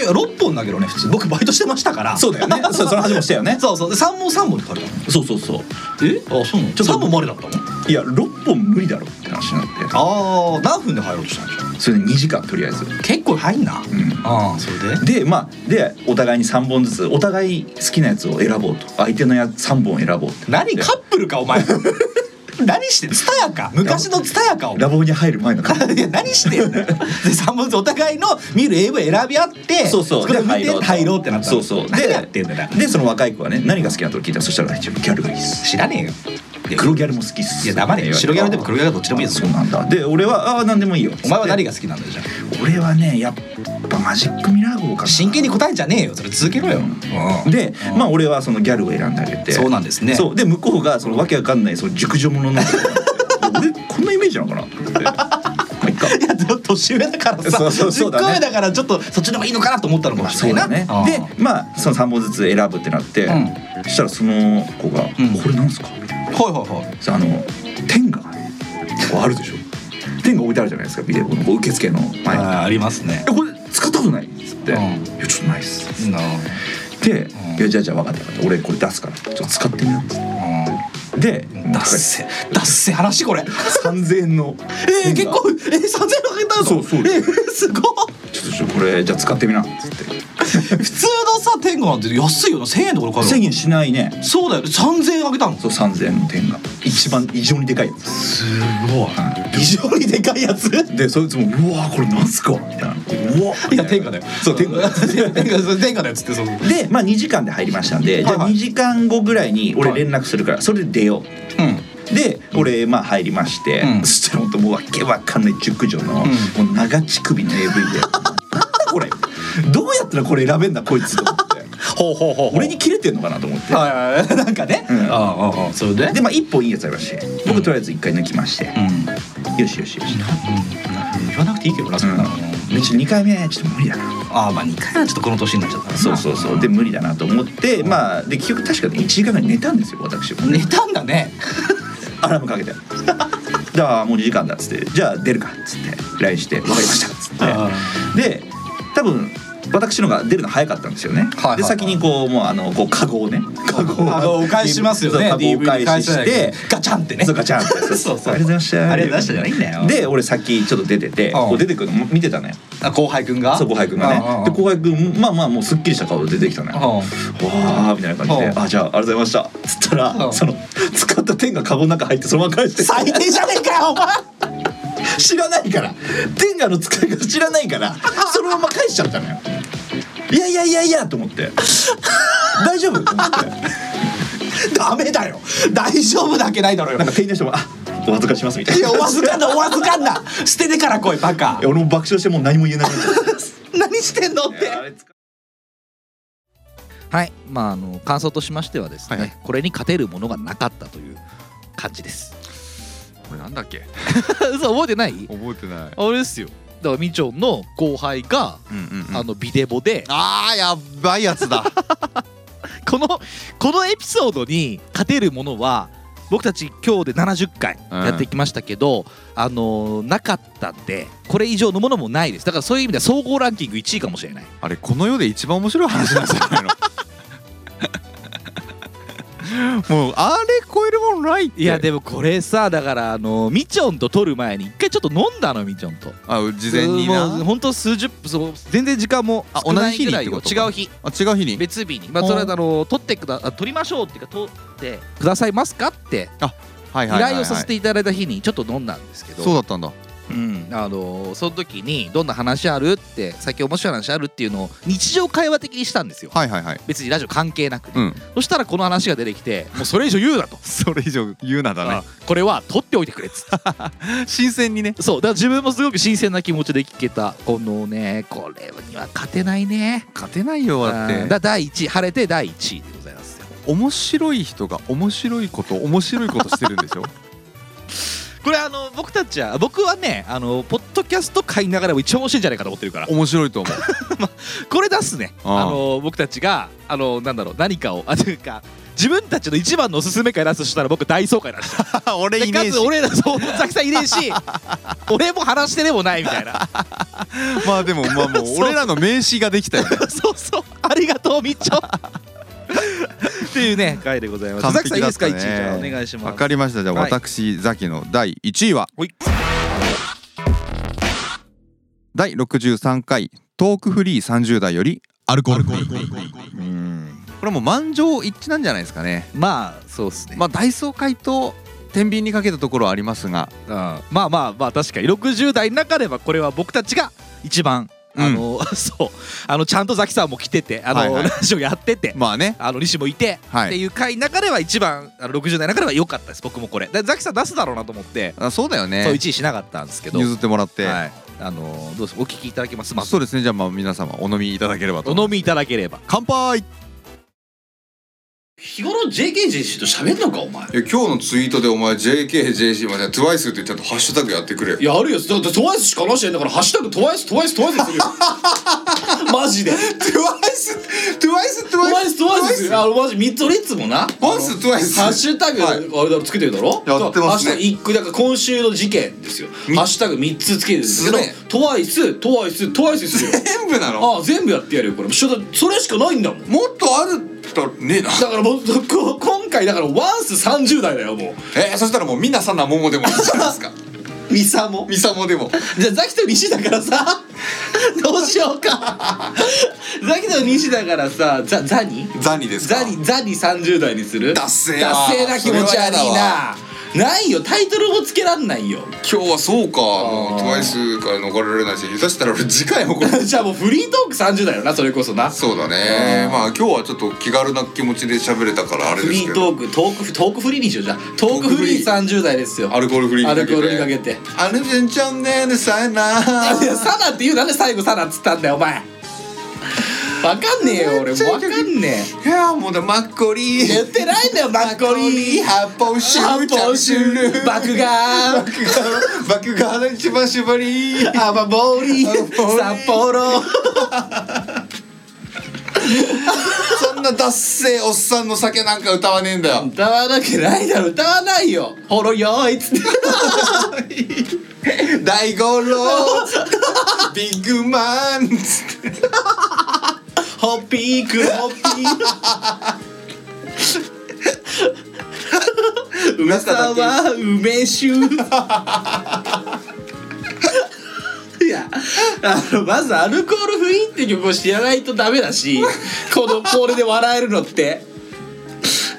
え6本だけどね普通僕バイトしてましたからそうだよね そうその話もしたよねそうそうで3本3本で借りたのそうそうそうえあそうなのちょっと3本までだったのいや6本無理だろって話になってああ何分で入ろうとしたんでしょそれで2時間とりあえず、う結構入んなうああそれでん、でまあでお互いに3本ずつお互い好きなやつを選ぼうと相手のや3本選ぼうって何カップルかお前何してツタヤか昔のツタヤかお前ラボに入る前の いや何してん だよで3本ずつお互いの見る AV 選び合ってそうそうこれで見て入ろうってなったそうそう何やってんだよだからでその若い子はね何が好きなのと聞いたらそしたら一応ギャルがいいっす知らねえよ黒ギャルも好きっすいや黙れよ白ギャルでも黒ギャルでもどっちでもいいぞそうなんだで俺はああ何でもいいよお前は何がが好きなんだよじゃあ俺はねやっぱマジックミラー号かな真剣に答えんじゃねえよそれ続けろよ、うんで、まあ俺はそのギャルを選んであげてそうなんですねそうで向こうがそのわけわかんないその熟女も のの俺こんなイメージなのかなと思ってまあいっかいやでも 年上だからさそうそうそう10だね個上だからちょっとそっちの方がいいのかなと思ったのかもしそれうなだいねな、うんでまあその3本ずつ選ぶってなって、うんそしたらその子が「うんこれなんすか?」みたいなはいはいはいさあの天がねこうあるでしょ天が置いてあるじゃないですかビデオのこう受付の前にあーありますねえこれ使ったことない?」っつって「うんいやちょっとないっす」なあで、んいやじゃあじゃあ分かった分かった俺これ出すからちょっと使ってみよう」っつってでダッセダッセ話これ3000円のえー、結構えー、3000円かけたのそうそうえー、すごいちょっとちょっとこれじゃあ使ってみなっつって普通のさ天狗なんて安いよな1000円とかで買え1000る円しないねのそうだよ3000円あげたのそう3000円の点が一番異常にでかいやつすごい異常にでかいやつで そいつも「うわーこれなんすか?」みたいな「うわーいや天狗だよそう天下天狗そう天狗だよっつってそうでまあ2時間で入りましたんで、はいはいじゃあ2時間後ぐらいに俺連絡するから、それで出よううで俺まあ入りまして、うんそしたら本当もうわけわかんない熟女の、もう長乳首の AV でなんだ これどうやったらこれ選べんだこいつと思ってほうほうほう俺に切れてんのかなと思って、はいはいなんかね、うんああああそれででまあ一本いいやつありまして僕とりあえず一回抜きまして、うんよしよしよし、言わなくていいけどなそんなの、うん、ちょっと2回目ちょっと無理だなああまあ2回はちょっとこの年になっちゃったからなそうそうそうで無理だなと思ってまあで結局確かに1時間ぐらい寝たんですよ私も寝たんだねアラームかけてじゃあもう2時間だっつってじゃあ出るかっつって LINE して「分かりました」っつってで多分私のが出るの早かったんですよね、はいはいで先にこうもうあのこうカゴをねカゴカゴをお返ししますよねカゴをお DVD 返し返しさなてガチャンってねそうガ チャンってそうそうありがとうございましたありがとうございましたじゃないんだよで俺先ちょっと出ててうんこう出てくるの見てたのよあ後輩くんがそう後輩君がねうんうんうんで後輩君まあまあもうすっきりした顔で出てきたのようんわあみたいな感じで「うんあじゃあありがとうございました」つったら、うんその使ったペンがカゴの中入ってそのまま返して最低じゃねえかよお前知らないからペンがの使い方知らないからそのまま返しちゃったのよいやいやいやいやと思って大丈夫と思ってダメだよ大丈夫なわけないだろうよなんか店員の人も「あお恥ずかします」みたいいなやおわずかんなおわずかんな 捨ててから来いバカいや俺も爆笑してもう何も言えなくなっちゃっ何してんのったていやあれはいまああの感想としましてはですね、はいはいこれに勝てるものがなかったという感じです これなんだっけ嘘覚えてない覚えてないあれですよだからみちょんの後輩が、うんうんうんあのビデボであーやっばいやつだこのこのエピソードに勝てるものは僕たち今日で70回やってきましたけど、あのーなかったんでこれ以上のものもないですだからそういう意味では総合ランキング1位かもしれない あれこの世で一番面白い話なんじゃないの もうあれ超えるものないっていやでもこれさだからあのーみちょんと撮る前に一回ちょっと飲んだのみちょんとあ事前になもうほんと数十分そう全然時間もあ少ないぐらいよ同じ日にってこと違う日あ違う日に別日にまあそれはあのー撮ってくだあ撮りましょうっていうか撮ってくださいますかっては依いはいはい、頼はをい、させていただいた日にちょっと飲んだんですけどそうだったんだうん、あのその時にどんな話あるって最近面白い話あるっていうのを日常会話的にしたんですよはいはいはい別にラジオ関係なく、うんそしたらこの話が出てきて もうそれ以上言うなとそれ以上言うなだあこれは取っておいてくれっつってね新鮮にね そうだから自分もすごく新鮮な気持ちで聞けたこのねこれには勝てないね勝てないよだっうんてだ第1位晴れて第1位でございますよ面白い人が面白いこと面白いことしてるんで しょこれあの僕たちは僕はねあのポッドキャスト界ながらも一番面白いんじゃないかと思ってるから面白いと思うこれ出すねあああの僕たちがあのなんだろう何かをあというか自分たちの一番のおすすめ会出すとしたら僕大総会出した俺でかつ俺らそうザキさんいねえ し俺も話してでもないみたいなまあでもまあもうそう俺らの名刺ができたよね そうそうありがとうみっちょっていうね回でございます完ザキさん璧いいでだっすかた1位じゃあおね願いしまわすかりましたじゃあはい私ザキの第1位はほい第63回トークフリー30代よりアルコール。うんこれはもう満場一致なんじゃないですかねまあそうですねまあ大総会と天秤にかけたところはありますがまあまあまあまあ確かに60代の中ではこれは僕たちが一番あの、 そうあのちゃんとザキさんも来ててあの、はいはいラジオやっててまあねあの西もいて、はいっていう回の中では一番あの60代の中では良かったです僕もこれでザキさん出すだろうなと思って、あそうだよそうね1位しなかったんですけど譲ってもらって、はい、あのーどうぞお聞きいただけますまずそうですねじゃあまあ皆様お飲みいただければとお飲みいただければ乾杯日頃 JKJC と喋んのかお前いや今日のツイートでお前 JKJC まで TWICE ってちゃんとハッシュタグやってくれよ。やるよだってトワイスしか話してないんだからハッシュタグトワイストワイストワイスするよ マジで TWICE!TWICE! トワイストワイスするあマジ三つ俺いつもなワンス TWICE! ハッシュタグ、はいあれだろつけてるだろやってますねハッシュタグ一個だから今週の事件ですよハッシュタグ三つつけてるんですけどすねトワイストワイストワイス するよ全部なのああ全部やってやるよこれちょっとそれしかないんだもんもっとあるったらねえな。だからもうこ今回だからワンス30代だよもえー、そしたらもうみんなさんなももでもいいじゃないです か。うミサもみさもでも。じゃあザキと西だからさ どうしようかザキと西だからさザザニザニですかザニザニ30代にするダッセーなダッセーな気持そち悪れはいやなないよタイトルもつけらんないよ 今日はそうか。もうあ TWICE から逃れられないし、下手したら俺次回もこれ。じゃあもうフリートーク30代よなそれこそなそうだね。まあ今日はちょっと気軽な気持ちで喋れたからあれフですリけーど。トークトークトークフリーにしようじゃあトークフリー30代ですよアルコールフリーアルコールにかけてアルゼンチャンねでさえな。いやサナって言うなんで最後サナっつったんだよお 前わかんねえよ俺もうわかんねいやもうだマッコリえ言ってないんだよマッコリー発泡酒発泡酒爆眼爆破の一番絞りアバボーリーアバボーリー札幌そんんなダッセーおっさんの酒なんか歌わねえんだよ歌わなきゃないだろ歌わないよほろよーいっつって大五郎ビッグマンホッピークホッピー梅沢梅酒いやあのまず「アルコールフリー」って曲を知らないとダメだしこのこれで笑えるのって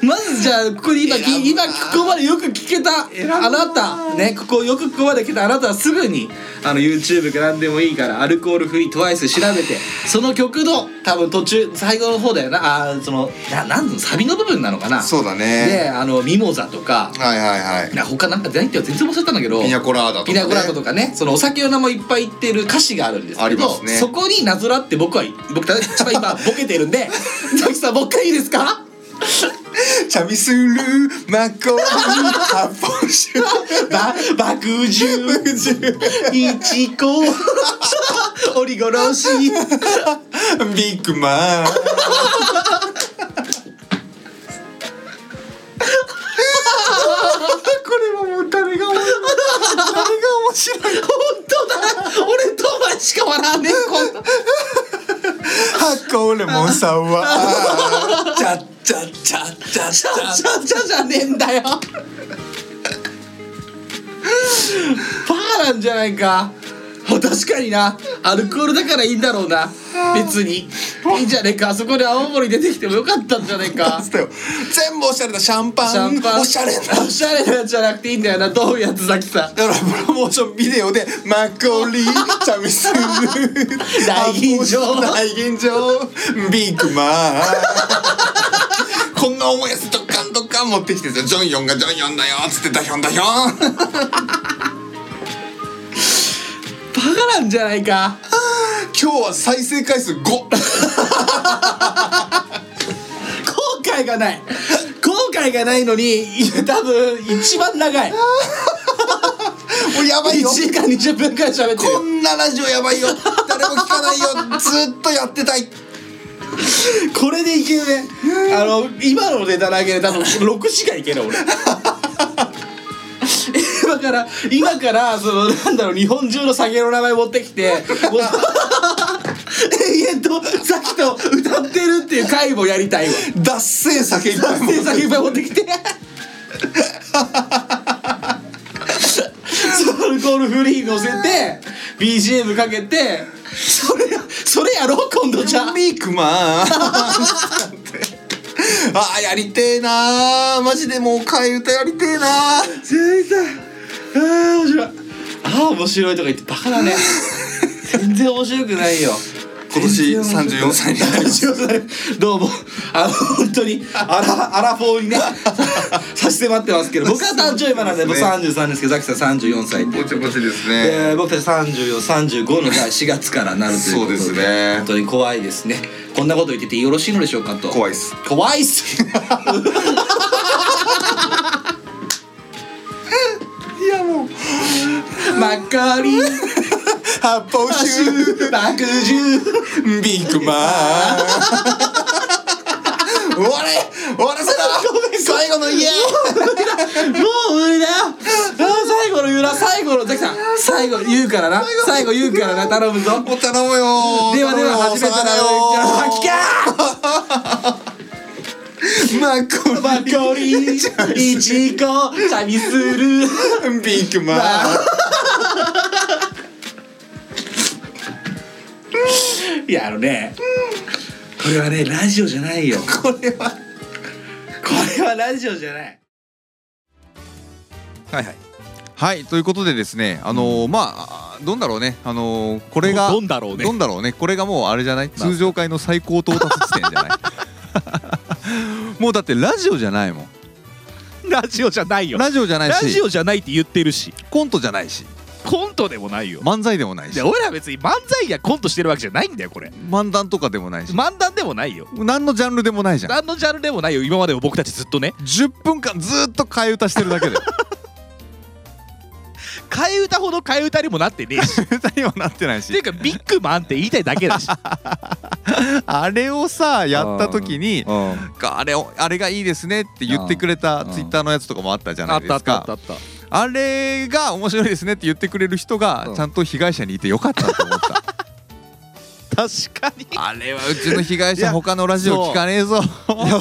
まずじゃあここで今き今ここまでよく聞けたあなたねここよくここまで聞けたあなたはすぐにあの YouTube か何でもいいからアルコールフリー TWICE 調べてその曲の多分途中最後の方だよなあーそのななんのサビの部分なのかなそうだねであのミモザとかはいはいはいな他なんかないっては全然忘れたんだけどピニャコラーダとか、ピね、ナコラーダとかねそのお酒の名もいっぱい言ってる歌詞があるんですあけりまど、すねそこになぞらって僕は僕たち一番 今ボケてるんで佐々木さんもう一回いいですか チャミスルーマコー発泡酒ば爆獣いちこ 折り殺し ビッグ マン本当だ俺とお前しか笑わ ねえこんな発酵レモンサワー チャッチャッチャッチャッちゃちゃちゃじゃねえんだよバーなんじゃないかもう確かになアルコールだからいいんだろうな別にいいんじゃねえかあそこで青森出てきてもよかったんじゃねえかだよ全部おしゃれだシャンパンシャンパンおしゃれなおしゃれなやつじゃなくていいんだよなどういうやつさっきさだからプロモーションビデオでマコリチャミス ル大吟醸大吟醸ビッグマンこんな重いやつドッカンドッカン持ってきてさジョンヨンがジョンヨンだよっつってダヒョンダヒョンバカなんじゃないか今日は再生回数5後悔がない後悔がないのに多分一番長いもうやばい 1よ時間20分くらい喋ってるこんなラジオやばいよ誰も聞かないよずっとやってたいこれでいけるねあの今のネタだけで多分6しかいけない俺 今から今からそのなんだろう日本中の酒の名前持ってきてもう 延々とさっきと歌ってるっていう回もやりたいわ脱線酒いっぱいもで酒いっぱい持ってきてアルコールフリー乗せて BGM かけてそれそれやろう今度じゃあビッグマンあーやりてえなーマジでもう替え歌やりてえなー全然あー面白いあー面白いとか言ってバカだね 全然面白くないよ今年34歳になりましたどうもあの本当にアラアラフォ ーにね差し迫ってますけど僕は誕生日まなんでそう僕ですね33ですけどザキさん34歳ってぼちぼちですねえー、僕たち3435のが4月からなるということでそうですね本当に怖いですねこんなこと言っててよろしいのでしょうかと怖いっす怖いっす いやもうマカリ発泡酒爆獣ビッグマン終われ終わらせろ最後の家もう無理だよあー最後の言うな最後のザキさん最後言うからな最後言うからな頼むぞもう頼むよーではでは初めてだよ頼キャーむよーママコリイ チコ旅するコリビッグマンいやあのねこれはねラジオじゃないよこれはこれはラジオじゃないはいはいはいということでですねあのーまあどんだろうねあのーこれがどんだろうねどんだろうねこれがもうあれじゃない通常回の最高到達地点じゃない もうだってラジオじゃないもんラジオじゃないよラジオじゃないラジしオじゃないって言ってるしコントじゃないしコントでもないよ漫才でもないしで俺ら別に漫才やコントしてるわけじゃないんだよこれ漫談とかでもないし漫談でもないよ何のジャンルでもないじゃん何のジャンルでもないよ今までも僕たちずっとね 10分間ずーっと替え歌してるだけで替え歌ほど替え歌にもなってねえ しっ歌にはなってないていうしかビッグマンって言いたいだけ だしあれをさやった時にああれをあれがいいですねって言ってくれたツイッターのやつとかもあったじゃないっでたあっすたあっかたあったあれが面白いですねって言ってくれる人がちゃんと被害者にいてよかったと 思った確かにあれはうちの被害いや者他のラジオ聞かねえぞ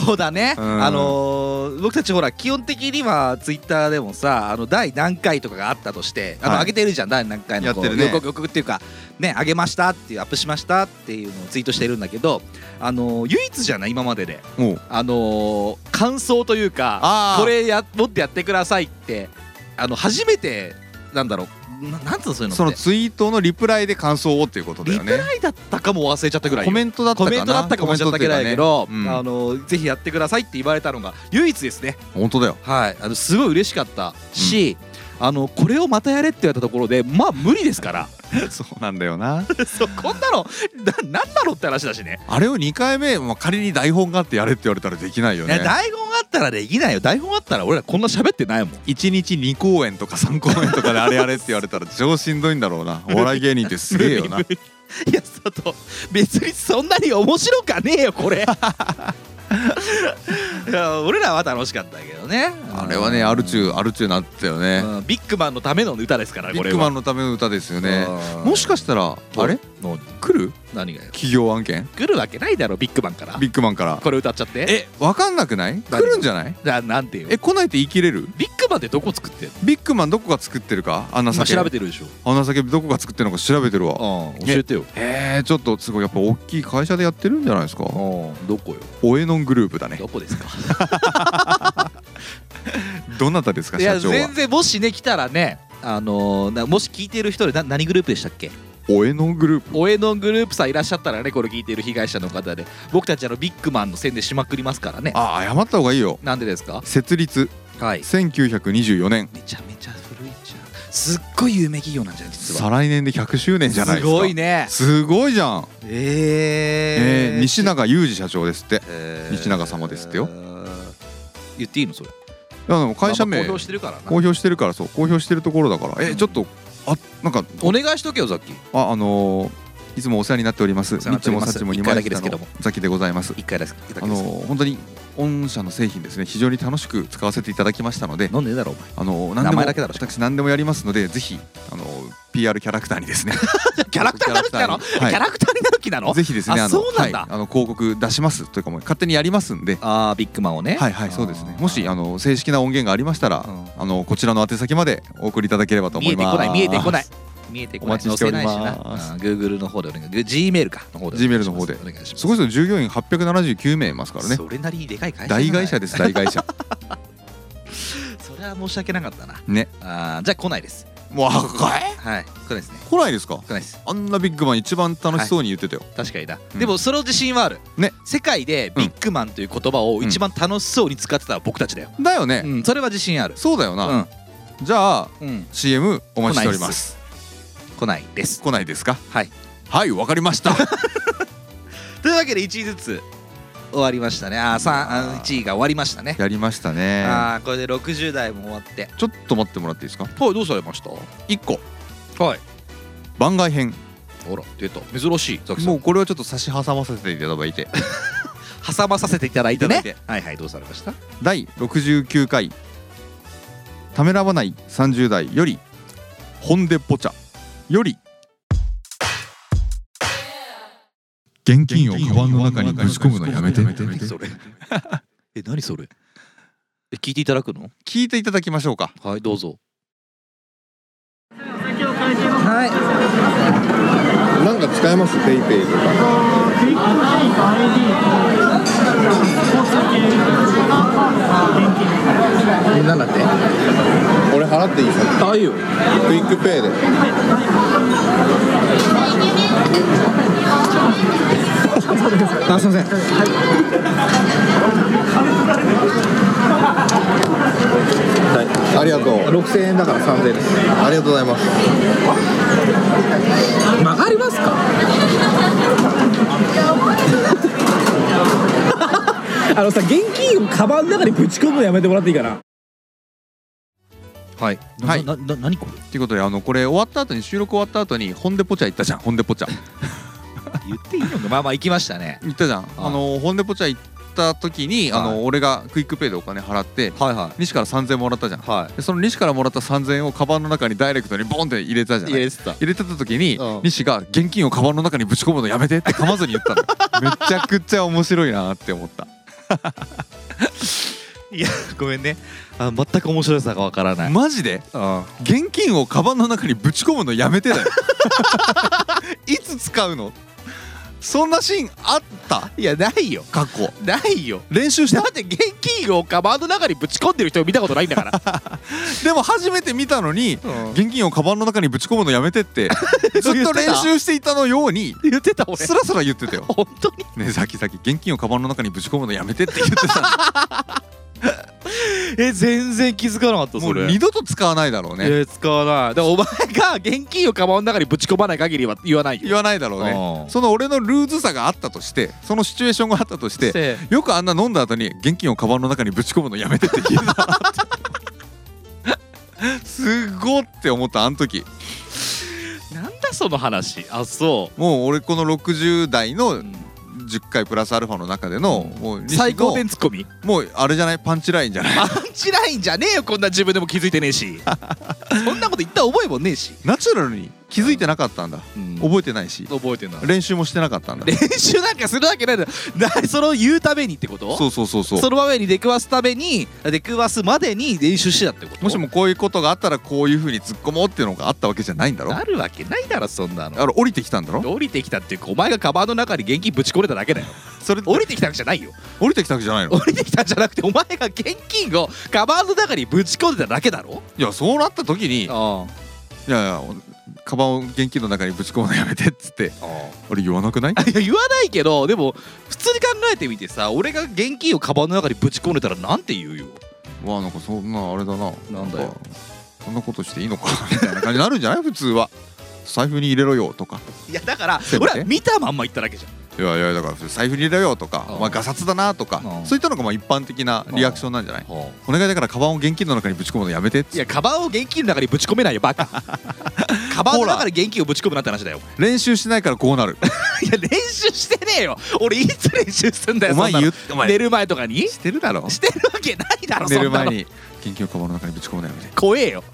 そうだね、うんあのー僕たちほら基本的にはツイッターでもさあの第何回とかがあったとしてあの、はい上げてるじゃん第何回のこうやってるね予告予告っていうかね上げましたっていうアップしましたっていうのをツイートしてるんだけどあのー唯一じゃない今まででもうあのー感想というか あーこれやもっとやってくださいってあの初めてなんだろうななんつうのそういうのってそのツイートのリプライで感想をっていうことだリよプねライだったかも忘れちゃったぐらいよコメントだったコかなメントだったかもしれないけど、コメントっていうかあねのぜひやってくださいって言われたのが唯一ですね。うん、本当だよはい、あのすごい嬉しかったし、あのこれをまたやれって言われたところでまあ無理ですから。そうなんだよな そうこんなのななんだろうって話だしね。あれを2回目、まあ、仮に台本があってやれって言われたらできないよいやね台本あったらできないよ。台本あったら俺らこんな喋ってないもん。 1日2公演とか3公演とかであれやれって言われたら超しんどいんだろ うなお笑い芸人ってすげえよないや佐藤別にそんなに面白かねえよこ れいや俺らは楽しかったけどねあれはねアルチューアルチューなったよねうんビッグマンのための歌ですからビこッれグマはンのための歌ですよねうんもしかしたらあれ何来る何がよ企業案件来るわけないだろビッグマンからビッグマンからこれ歌っちゃってえわかんなくない何来るんじゃないななんていうえ来ないって言い切れるビッグマンってどこ作ってんのビッグマンどこが作ってるかあんな今酒調べてるでしょあんな酒どこが作ってるのか調べてるわうん教えてよえー、ちょっとすごいやっぱ大きい会社でやってるんじゃないですかうんどこよオエノングループだねどこです かどなたですかいや社長は全然もしね来たらねあのーなもし聞いてる人でな何グループでしたっけオエノングループおえのんグループさんいらっしゃったらねこれ聞いてる被害者の方で僕たちあのビッグマンの宣伝しまくりますからねあ謝った方がいいよなんでですか設立はい1924年めちゃめちゃ古いじゃんすっごい有名企業なんじゃない実は再来年で100周年じゃないですかすごいねすごいじゃん、ええー、ー西永裕二社長ですってえー西永様ですってよ言っていいのそれいやでも会社まあまあ名公表してるからな公表してるからそう公表してるところだからえちょっとあなんかお願いしとけよザッキーああのーいつもお世話になっております。おみ世話になっってちおりもますさっちも一二回だ枚けです舌けどのもザキでございます。一回だけだけですあのー本当に御社の製品ですね非常に楽しく使わせていただきましたので、飲んでんだろお前あのー何名でも前だけだろ私何でもやりますのでぜひあのー PR キャラクターにですねキャラクターになる気なの、キャラクターにはいキャラクターになる気なの ぜひですねああのそうなんだはいあの広告出しますというかもう勝手にやりますんで。ああビッグマンをねはいはいそうですねあーもしあの正式な音源がありましたら、うあのこちらの宛先までお送りいただければと思見えいてまこなすい見えてこない見えてこないお待ちしております載せないしなうん Google の方でお願い G メールかの方で Gmail の方でお願いしますすごいですよ従業員879名いますからねそれなりにでかい会社大会社でです大会社それは申し訳なかったな ねあーじゃあ来ないですもうあかいはい来ないですね来ないですか来ないですあんなビッグマン一番楽しそうに言ってたよ、確かにな、うんでもその自信はある、ね世界でビッグマンという言葉を一番楽しそうに使ってたのは僕たちだよ、だよね、うんそれは自信あるそうだよな、じゃあうん、うん、 CM お待ちしております来ないです来ないですかはいはいわかりましたというわけで1位ずつ終わりましたねあーさんあ1位が終わりましたね やりましたねあーこれで60代も終わってちょっと待ってもらっていいですかはいどうされました一個はい番外編ほら出た珍しいザキさんもうこれはちょっと差し挟ませていただいて 挟まさせていただいてねいただいてはいはいどうされました第69回「ためらわない30代」より「本でポチャ」より現金をカバンの中にぶち込むのやめてそれえ何それえ聞いていただくの聞いていただきましょうかはいどうぞなんか使えますペイペイとかなんだって俺払っていいですかあいいよクイックペイであすいませんはいありがとう6000円だから3000円ですありがとうございます曲がりますかあのさ現金をカバンの中にぶち込むのやめてもらっていいかなはい。はいな、な、な何これ。っていうことであのこれ終わった後に収録終わった後にホンデポチャ行ったじゃんホンデポチャ言っていいのか。まあまあ、行きましたね。行ったじゃんあのホンデポチャ行った時にあはの俺がクイックペイでお金払ってはいは西から3000円もらったじゃんい。はでその西からもらった3000円をカバンの中にダイレクトにボンって入れたじゃい。ないれてた。入れてた時に、うん西が現金をカバンの中にぶち込むのやめてって噛まずに言ったのめちゃくちゃ面白いなって思ったいや、ごめんね。あ、全く面白さがわからない。マジでうん。現金をカバンの中にぶち込むのやめてだよ いつ使うのそんなシーンあったいや、ないよ。過去ないよ。練習してだって現金をカバンの中にぶち込んでる人を見たことないんだから でも初めて見たのに現金をカバンの中にぶち込むのやめてってずっと練習していたのよ うに言ってた俺スラスラ言って たよ本当にねえさきさき現金をカバンの中にぶち込むのやめてって言 ってたえ全然気づかなかったもそうれ二度と使わないだろうねえー使わないでもお前が現金をカバンの中にぶち込まない限りは言わない言わないだろううねんその俺のルーズさがあったとしてそのシチュエーションがあったとしててよくあんな飲んだ後に現金をカバンの中にぶち込むのやめてって言 えたなってすごって思ったあの時なんだその話あそもう俺この60代う、の10回プラスアルファの中でのもう西野最高点ツッコミもうあれじゃないパンチラインじゃないパンチラインじゃねえよこんな自分でも気づいてねえ しそんなこと言った覚えもねえし、ナチュラルに気づいてなかったんだ覚えてないし覚えてない練習もしてなかったんだ練習なんかするわけないだろなそれを言うためにってことそうそうそうそうその場面に出くわすために出くわすまでに練習してたってこともしもこういうことがあったらこういうふうに突っ込もうっていうのがあったわけじゃないんだろなるわけないだろそんなのあれ降りてきたんだろ降りてきたっていうかお前がカバンの中に現金ぶち込んでただけだよそれ降りてきたんじゃないよ降りてきたわけじゃないの降りてきたんじゃなくてお前が現金をカバンの中にぶち込んでただけだろいやそうなった時にいやあいやカバンを現金の中にぶち込むのやめてっつってあれ言わなくないいや言わないけどでも普通に考えてみてさ俺が現金をカバンの中にぶち込んでたらなんて言うよわあなんかそんなあれだななんだよかこんなことしていいのかみたいな感じになるんじゃない普通は財布に入れろよとかいやだからせめて俺は見たまんま言っただけじゃんいやいやだから財布に入れろよとかうんお前ガサツだなとかうんそういったのがまあ一般的なリアクションなんじゃないお願いだからカバンを現金の中にぶち込むのやめてっいつってやカバンを現金の中にぶち込めないよ バカカバンの中に現金をぶち込むなって話だよ練習してないからこうなるいや練習してねえよ俺いつ練習すんだよお前そんなの言ってお前寝る前とかにしてるだろしてるわけないだろ寝そるんな前の に現金をカバンの中にぶち込むのやめて怖えよ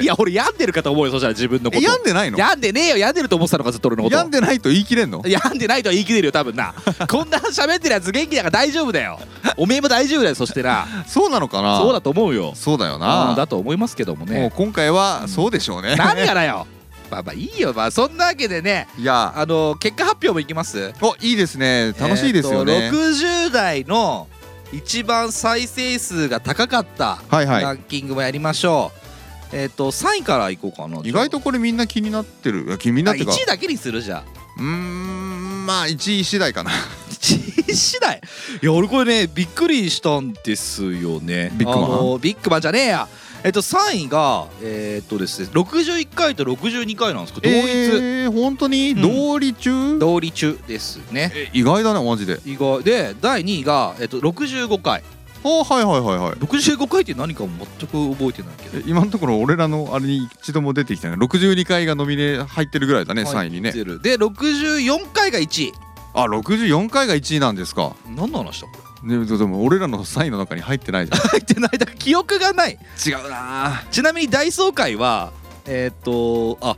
いや俺病んでるかと思うよそしたら自分のことえ病んでないの病んでねえよ病んでると思ってたのかずっと俺のこと病んでないと言い切れんの病んでないとは言い切れるよ多分 なこんな喋ってるやつ元気だから大丈夫だよおめえも大丈夫だよそしてなそうなのかなそうだと思うよそうだようんだなと思いますけどももうね今回はそうでしょうね何やらよまあまあいいよまあそんなわけでねいやあの結果発表もいきますおいいですね楽しいですよえーねと60代の一番再生数が高かったはいはランキングもやりましょう、えっ、と3位からいこうかない意外とこれみんな気になってるいや気になって1るか位だけにするじゃんうーんまあ1位次第かな1位次第いや俺これねびっくりしたんですよねビッグマンあのビッグマンじゃねえやえっと3位がえっとですね61回と62回なんですけど同率、えー、本当にん同率中、同率中ですねえ意外だねマジで意外で第2位が、えっと、65回あはいはいはいはい65回って何かも全く覚えてないけどえ今のところ俺らのあれに一度も出てきてない62回がノミネ入ってるぐらいだね3位にね入ってるで64回が1位あ64回が1位なんですか、何の話だこれね、ででも俺らの3位の中に入ってないじゃん入ってないだから記憶がない違うなちなみに大総会はえーっとあ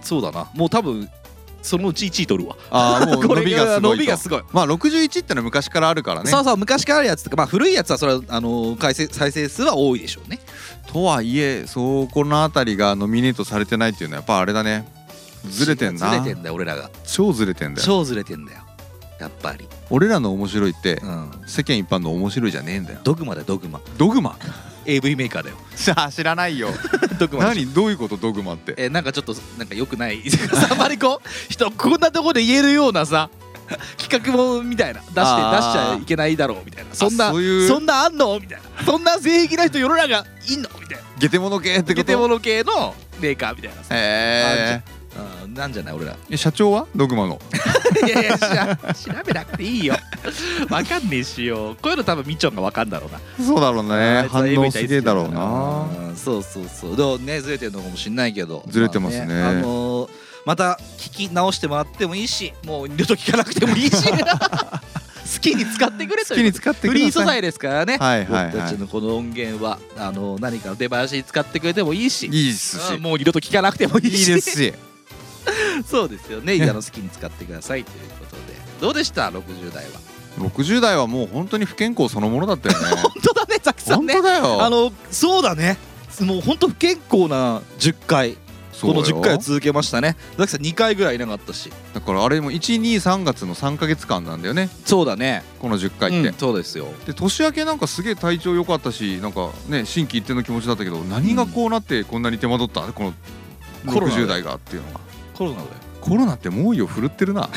そうだなもう多分そのうち1位取るわ あーも うこ伸れびがすごいと伸びがすごいまあ61ってのは昔からあるからねそうそう昔からあるやつとかまあ古いやつはそれはあの回生再生数は多いでしょうねとはいえそうこの辺りがノミネートされてないっていうのはやっぱあれだねずれてんなずれてんだよ俺らが超ずれてんだよ超ずれてんだよやっぱり俺らの面白いってうん世間一般の面白いじゃねえんだよドグマだよドグマドグマ AV メーカーだよ さあ知らないよドグマでしょ何どういうことドグマってえーなんかちょっとなんか良くないあんまりこう人こんなとこで言えるようなさ 企画もんみたいな出して出しちゃいけないだろうみたいなそんなそういうそんなあんのみたいなそんな性癖な人世の中いんのみたいなゲテモノ系ってことゲテモノ系のメーカーみたいなさ、えうんなんじゃない俺らー、社長はドグマの いやいやしら調べなくていいよわかんねえしよこういうの多分みちょんがわかんだろうなそうだろうねあいつは反 AV 応すげえだろう大好きなからうんそうそうそうどうねずれてるのかもしれないけどずれてますねあ、あのーまた聞き直してもらってもいいしもう二度と聞かなくて もいいし好きに使ってくれとい好うきに使ってくださいフリー素材ですからね、はいはいはい僕たちのこの音源はあのー何かの出囃子に使ってくれてもいいしいいっすしうんもう二度と聞かなくてもいいいいでしすしそうですよねあの好きに使ってくださいということでどうでした60代は60代はもう本当に不健康そのものだったよ ね本当だねザキさん本ね当だよあのそうだねもう本当不健康な10回そこうよの10回を続けましたねザキさん2回ぐらいいなかったしだからあれも123月の3か月間なんだよねそうだねこの10回って、うんそうですよで年明けなんかすげえ体調良かったしなんかね心機一転の気持ちだったけど何がこうなってこんなに手間取ったこのコロナで60代がっていうのがコロナでコロナって猛威を振るってるな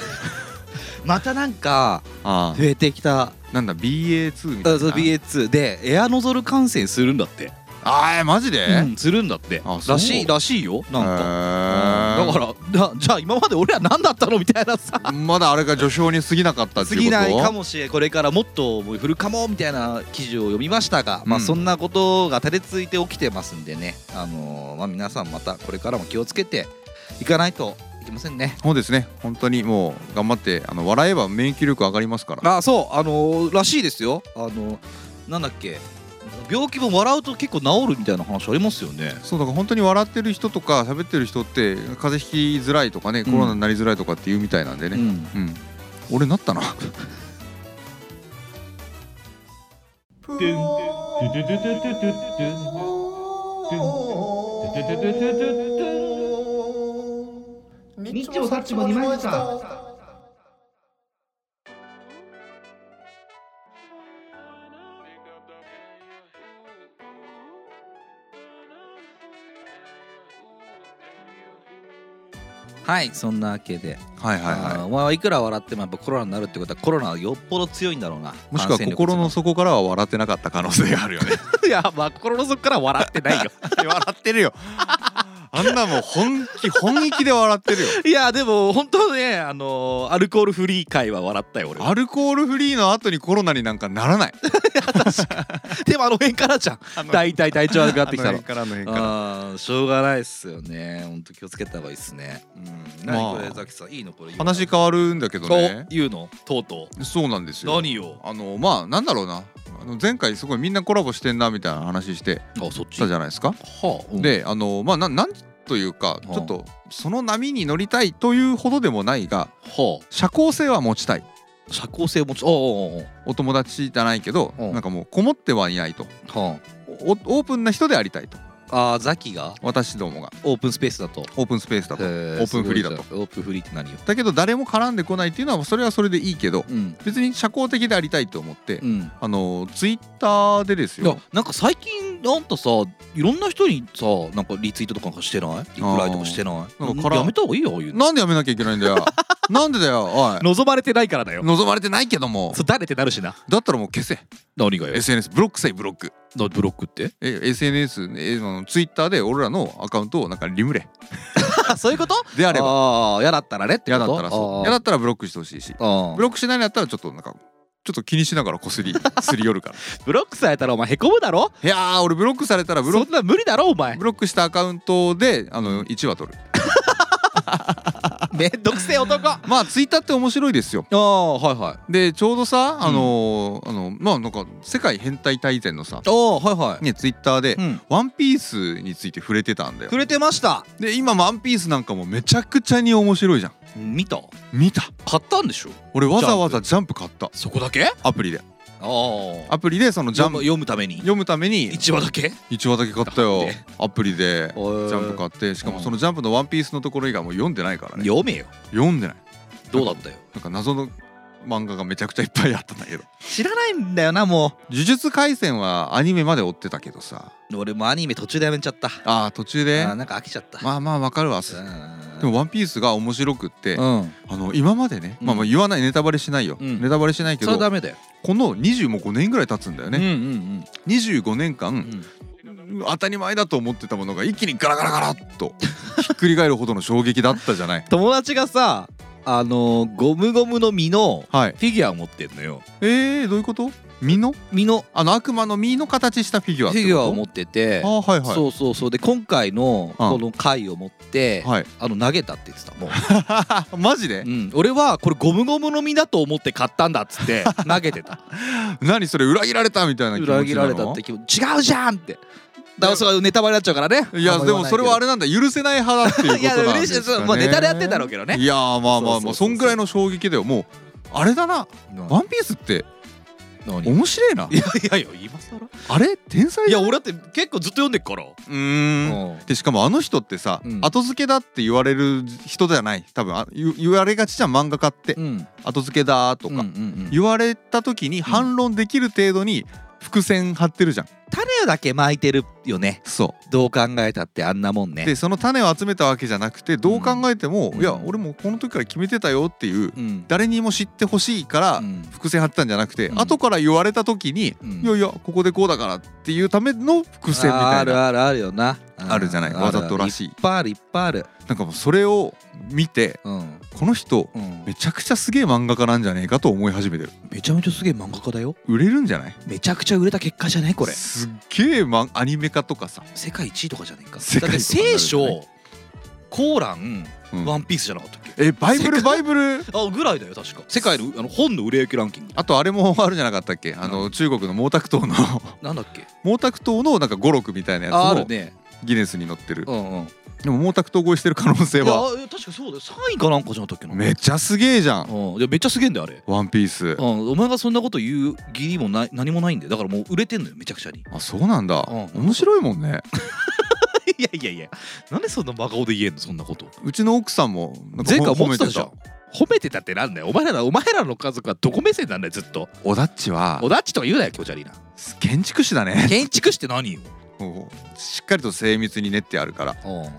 またなんかあ増えてきたあなんだ BA2 みたいな BA2 でエアノゾル感染するんだって、ああマジで、うんするんだってあそうらしいらしいよなんか、へーうんだからなじゃあ今まで俺は何だったのみたいなさまだあれが序章に過ぎなかったって過いうこぎとないかもしれんこれからもっともう降るかもみたいな記事を読みましたが、まあうんそんなことが垂れ続いて起きてますんでね、あのーまあ、皆さんまたこれからも気をつけていかないといけませんね。そうですね本当にもう頑張ってあの笑えば免疫力上がりますからあそうあのーらしいですよ、あのーなんだっけ病気も笑うと結構治るみたいな話ありますよね。そうだから本当に笑ってる人とか喋ってる人って風邪ひきづらいとかねコロナになりづらいとかって言うみたいなんでね、うんうん、俺なったなニッチもサッチも二枚舌はいそんなわけで、はいはいあーはお前はいくら笑ってもやっぱコロナになるってことはコロナはよっぽど強いんだろうな。いもしくは感染力心の底からは笑ってなかった可能性があるよね いやまあ心の底から笑ってないよ。 笑ってるよあんなもう本気本気で笑ってるよ いやでも本当ねあのーアルコールフリー会は笑ったよ俺はアルコールフリーの後にコロナになんかならないでもあの辺からじゃん大体体調悪くなってきたのあの辺からあの辺からあーしょうがないっすよね本当気をつけた方がいいっすねうんまあ何これザキさんいいのこれ言うの話変わるんだけどねお言うのとうとそうなんですうよ何よあのまあなんだろうなあの前回すごいみんなコラボしてんなみたいな話してあそっちたじゃないですか。はあ、うんであのまあななんというかうんちょっとその波に乗りたいというほどでもないがは社交性は持ちたいあ社交性持ちおうおうお友達じゃないけどうんなんかもうこもってはいないとおうはおオープンな人でありたいとああーザキが私どもがオープンスペースだとオープンスペースだオと。オープンフリーだとオープンフリーって何よだけど誰も絡んでこないっていうのはそれはそれでいいけどうん別に社交的でありたいと思ってうんあのツイッターでですいやよなんか最近あんたさいろんな人にさなんかリツイートとかしてないリプライとかしてないなんかかからやめた方がいいよああいうのなんでやめなきゃいけないん だよなんでだよおい望まれて ないからだよ望まれてないけどもそう誰ってなるしなだったらもう消せ何が SNS ブロックせいブロックなブロックってえ SNS えあのツイッターで俺らのアカウントをなんかリムレそういうことで ああればあー嫌だったらねってこ嫌とだったらそう嫌だったらブロックしてほしいしあーあーブロックしないんだったらちょっとなんかちょっと気にしながらこすりすり寄るから ブロックされたらお前へこむだろいやー俺ブロックされたらブロそッんな無理だろお前クブロックしたアカウントであの1話取るめんどくせえ男あまあツイッターって面白いですよあはいはいでちょうどさあのーあのまあなんか世界変態大全のさああはいはいねツイッターで、うんワンピースについて触れてたんだよ触れてましたで今ワンピースなんかもめちゃくちゃに面白いじゃん見た見た買ったんでしょ俺わざわざジャンプ買ったそこだけあアプリであアプリでそのジャンプ読むために読むために一話だけ1話だけ買ったよなんでアプリでジジャンプ買ってしかもそのジャンプの「ワンピースのところ以外もう読んでないからね読めよ読んでないどうだったよなんか謎の漫画がめちゃくちゃいっぱいあったんだけど知らないんだよなも「呪術廻戦」はアニメまで追ってたけどさう俺もアニメ途中でやめちゃったああ途中であーなんか飽きちゃったまあまあわかるわででも「ワンピースが面白くって、うんあの今までね、うんまあまあ言わないネタバレしないよ、うんネタバレしないけそれどはダメだよこの20も5年ぐらい経つんだよね、うん25年間、うんうん当たり前だと思ってたものが一気にガラガラガラっとひっくり返るほどの衝撃だったじゃない友達がさあのーゴムゴムの実のはいフィギュアを持ってんのよえー、どういうこと身の身のあの悪魔の身の形したフィギュアフィギュアを持っててあはいはいそうそうそうで今回のこの回を持ってはいあの投げたって言ってたもうマジでうん、俺はこれゴムゴムの実だと思って買ったんだっつ って投げてた何それ裏切られたみたいな気持ちなの裏切られたって気分違うじゃんってだからそれはネタバレになっちゃうからねいやでもそれはあれれなんだ許せない派だっていうこと いやなん嬉でしいすでかねすまあネタでやってんだろうけどねいやーまあまあまそうそうそうそあうそんぐらいの衝撃だよもうあれだな「ワンピースって何い面白いなやいやいや今 更あれ天才いだや俺だって結構ずっと読んでっからうーうんんでしかもあの人ってさ、うん後付けだって言われる人じゃない多分あ言言われがちじゃん漫画家って、うん後付けだととか、か種言われた時に反論できる程度に伏線張ってるじゃんだけ巻いてるよねそどう考えたってあんなもんうねでその種を集めたわけじゃなくてどう考えても、うんいや俺もうこの時から決めてたよっていううん誰にも知ってほしいからうん伏線張ってたんじゃなくて、うん後から言われた時に、うんいやいやここでこうだからっていうための伏線みたあいるなあるあるよなあるじゃないうんわざとらしいいっぱいあるいっぱいあるなんかもうそれを見てうんこの人うんめちゃくちゃすげえ漫画家なんじゃねえかと思い始めてるめちゃめちゃすげえ漫画家だよ売れるんじゃないめちゃくちゃ売れた結果じゃないこれすっげえマンアニメ化とかさ世界一位とかじゃないか世だっ界て一とかになる聖んじゃない書コーランうんワンピースじゃなかったっけえバイブル世界バイブルあぐらいだよ確か世界のあの本の売れ行きランキングあとあれもあるじゃなかったっけあの中国の毛沢東の なんだっけ毛沢東のなんか語録みたいなやつああるもねギネスに載ってるうんうんでも毛沢東超えしてる可能性いやは確かそうだよ3位かなんかじゃなかったっけなめちゃすげえじゃんうんいやめっちゃすげえんだよあれワンピースうんお前がそんなこと言う義理もない何もないんだよだからもう売れてんのよめちゃくちゃにあそうなんだうん面白いもんねいやいやいやなんでそんな真顔で言えんのそんなことうちの奥さんもなんか前回ほ思っ褒めてたてじゃんた褒めてたってなんだよお前らのお前らの家族はどこ目線なんだよずっとおだっちはおだっちとか言うなよ気持ち悪い な建築士だね建築士って何よもうしっかりと精密に練ってあるから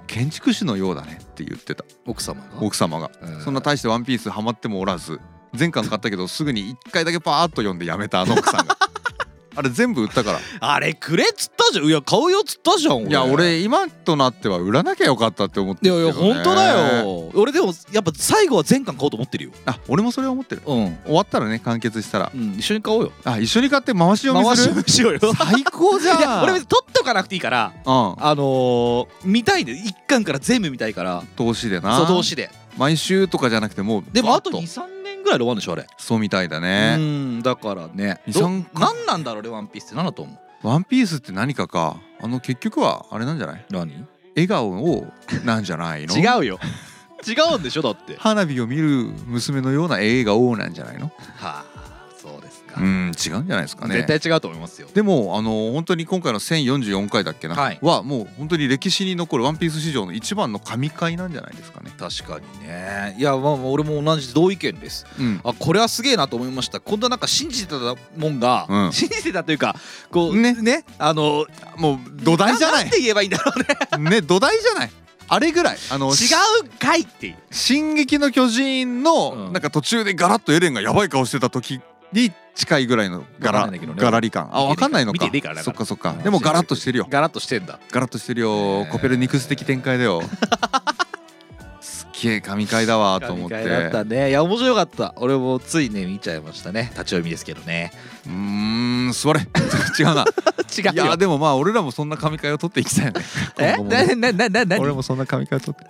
建築士のようだねって言ってた奥様が奥様がうんそんな大してワンピースハマってもおらず前巻買ったけどすぐに1回だけパーッと読んでやめたあの奥 さんがあれ全部売ったからあれくれっつったじゃんいや買うよっつったじゃんいや俺今となっては売らなきゃよかったって思っているやいやけどね本当だよ俺でもやっぱ最後は全巻買おうと思ってるよあ俺もそれ思ってるうん、終わったらね完結したらうん、一緒に買おうよあ一緒に買って回し読み回しする読みしようよ最高じゃん いや俺別に取っとかなくていいからうあんのー、見たいで一巻から全部見たいから投資でなそう投資で毎週とかじゃなくてもうでもあとバッ23年ぐらいで終わるんでしょあれそうみたいだうねんだからね二ど三巻何なんだろうねワンピースって何だと思うワンピースって何かかあの結局はあれなんじゃない何笑顔をなんじゃないの違うよ 違うんでしょだっては花火を見る娘のような映画をなんじゃないのあそうですか、うん違うんじゃないですかね絶対違うと思いますよでもあの本当に今回の1044回だっけな、はいもう本当に歴史に残る「ワンピース史上の一番の神回なんじゃないですかね。確かにねいやまあまあ俺も同じ同意見ですうん、あこれはすげえなと思いましたこんななんか信じてたもんが、うん信じてたというかこうねねあのもう土台じゃななんいて言えばいいんだろうねね土台じゃないあれぐらいあのし違うんかいっていう進撃の巨人」のうんなんか途中でガラッとエレンがやばい顔してた時に近いぐらいのガわラかんないけどねガラリ感あ分かんないの見かてねえからだかそっらかそっかうんでもガラッとしてるよガラッとしてんだガラッとしてるよコペルニクス的展開 だよすっげえ神回だわと思っ神回だってたねいや面白かった俺もついね見ちゃいましたね立ち読みですけどねうーん座れ 違うな 違いうやよでもまあ俺らもそんな神回を取っていきたいよねえ今後もなねなななな俺もそんな神回を取って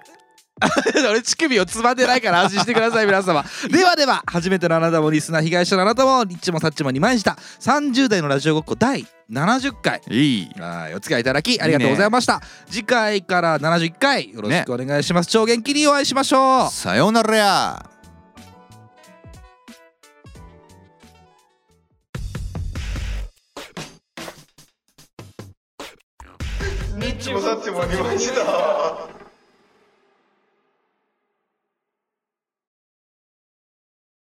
俺乳首をつまんでないから安心してください皆 様ではでは初めてのあなたもリスナー被害者のあなたもリッチもサッチも2枚した30代のラジオごっこ第70回いいはいお付き合いいただきありがとうございました次回から71回よろしくお願いします、超元気にお会いしましょうさようならやにっちもさっちもありました。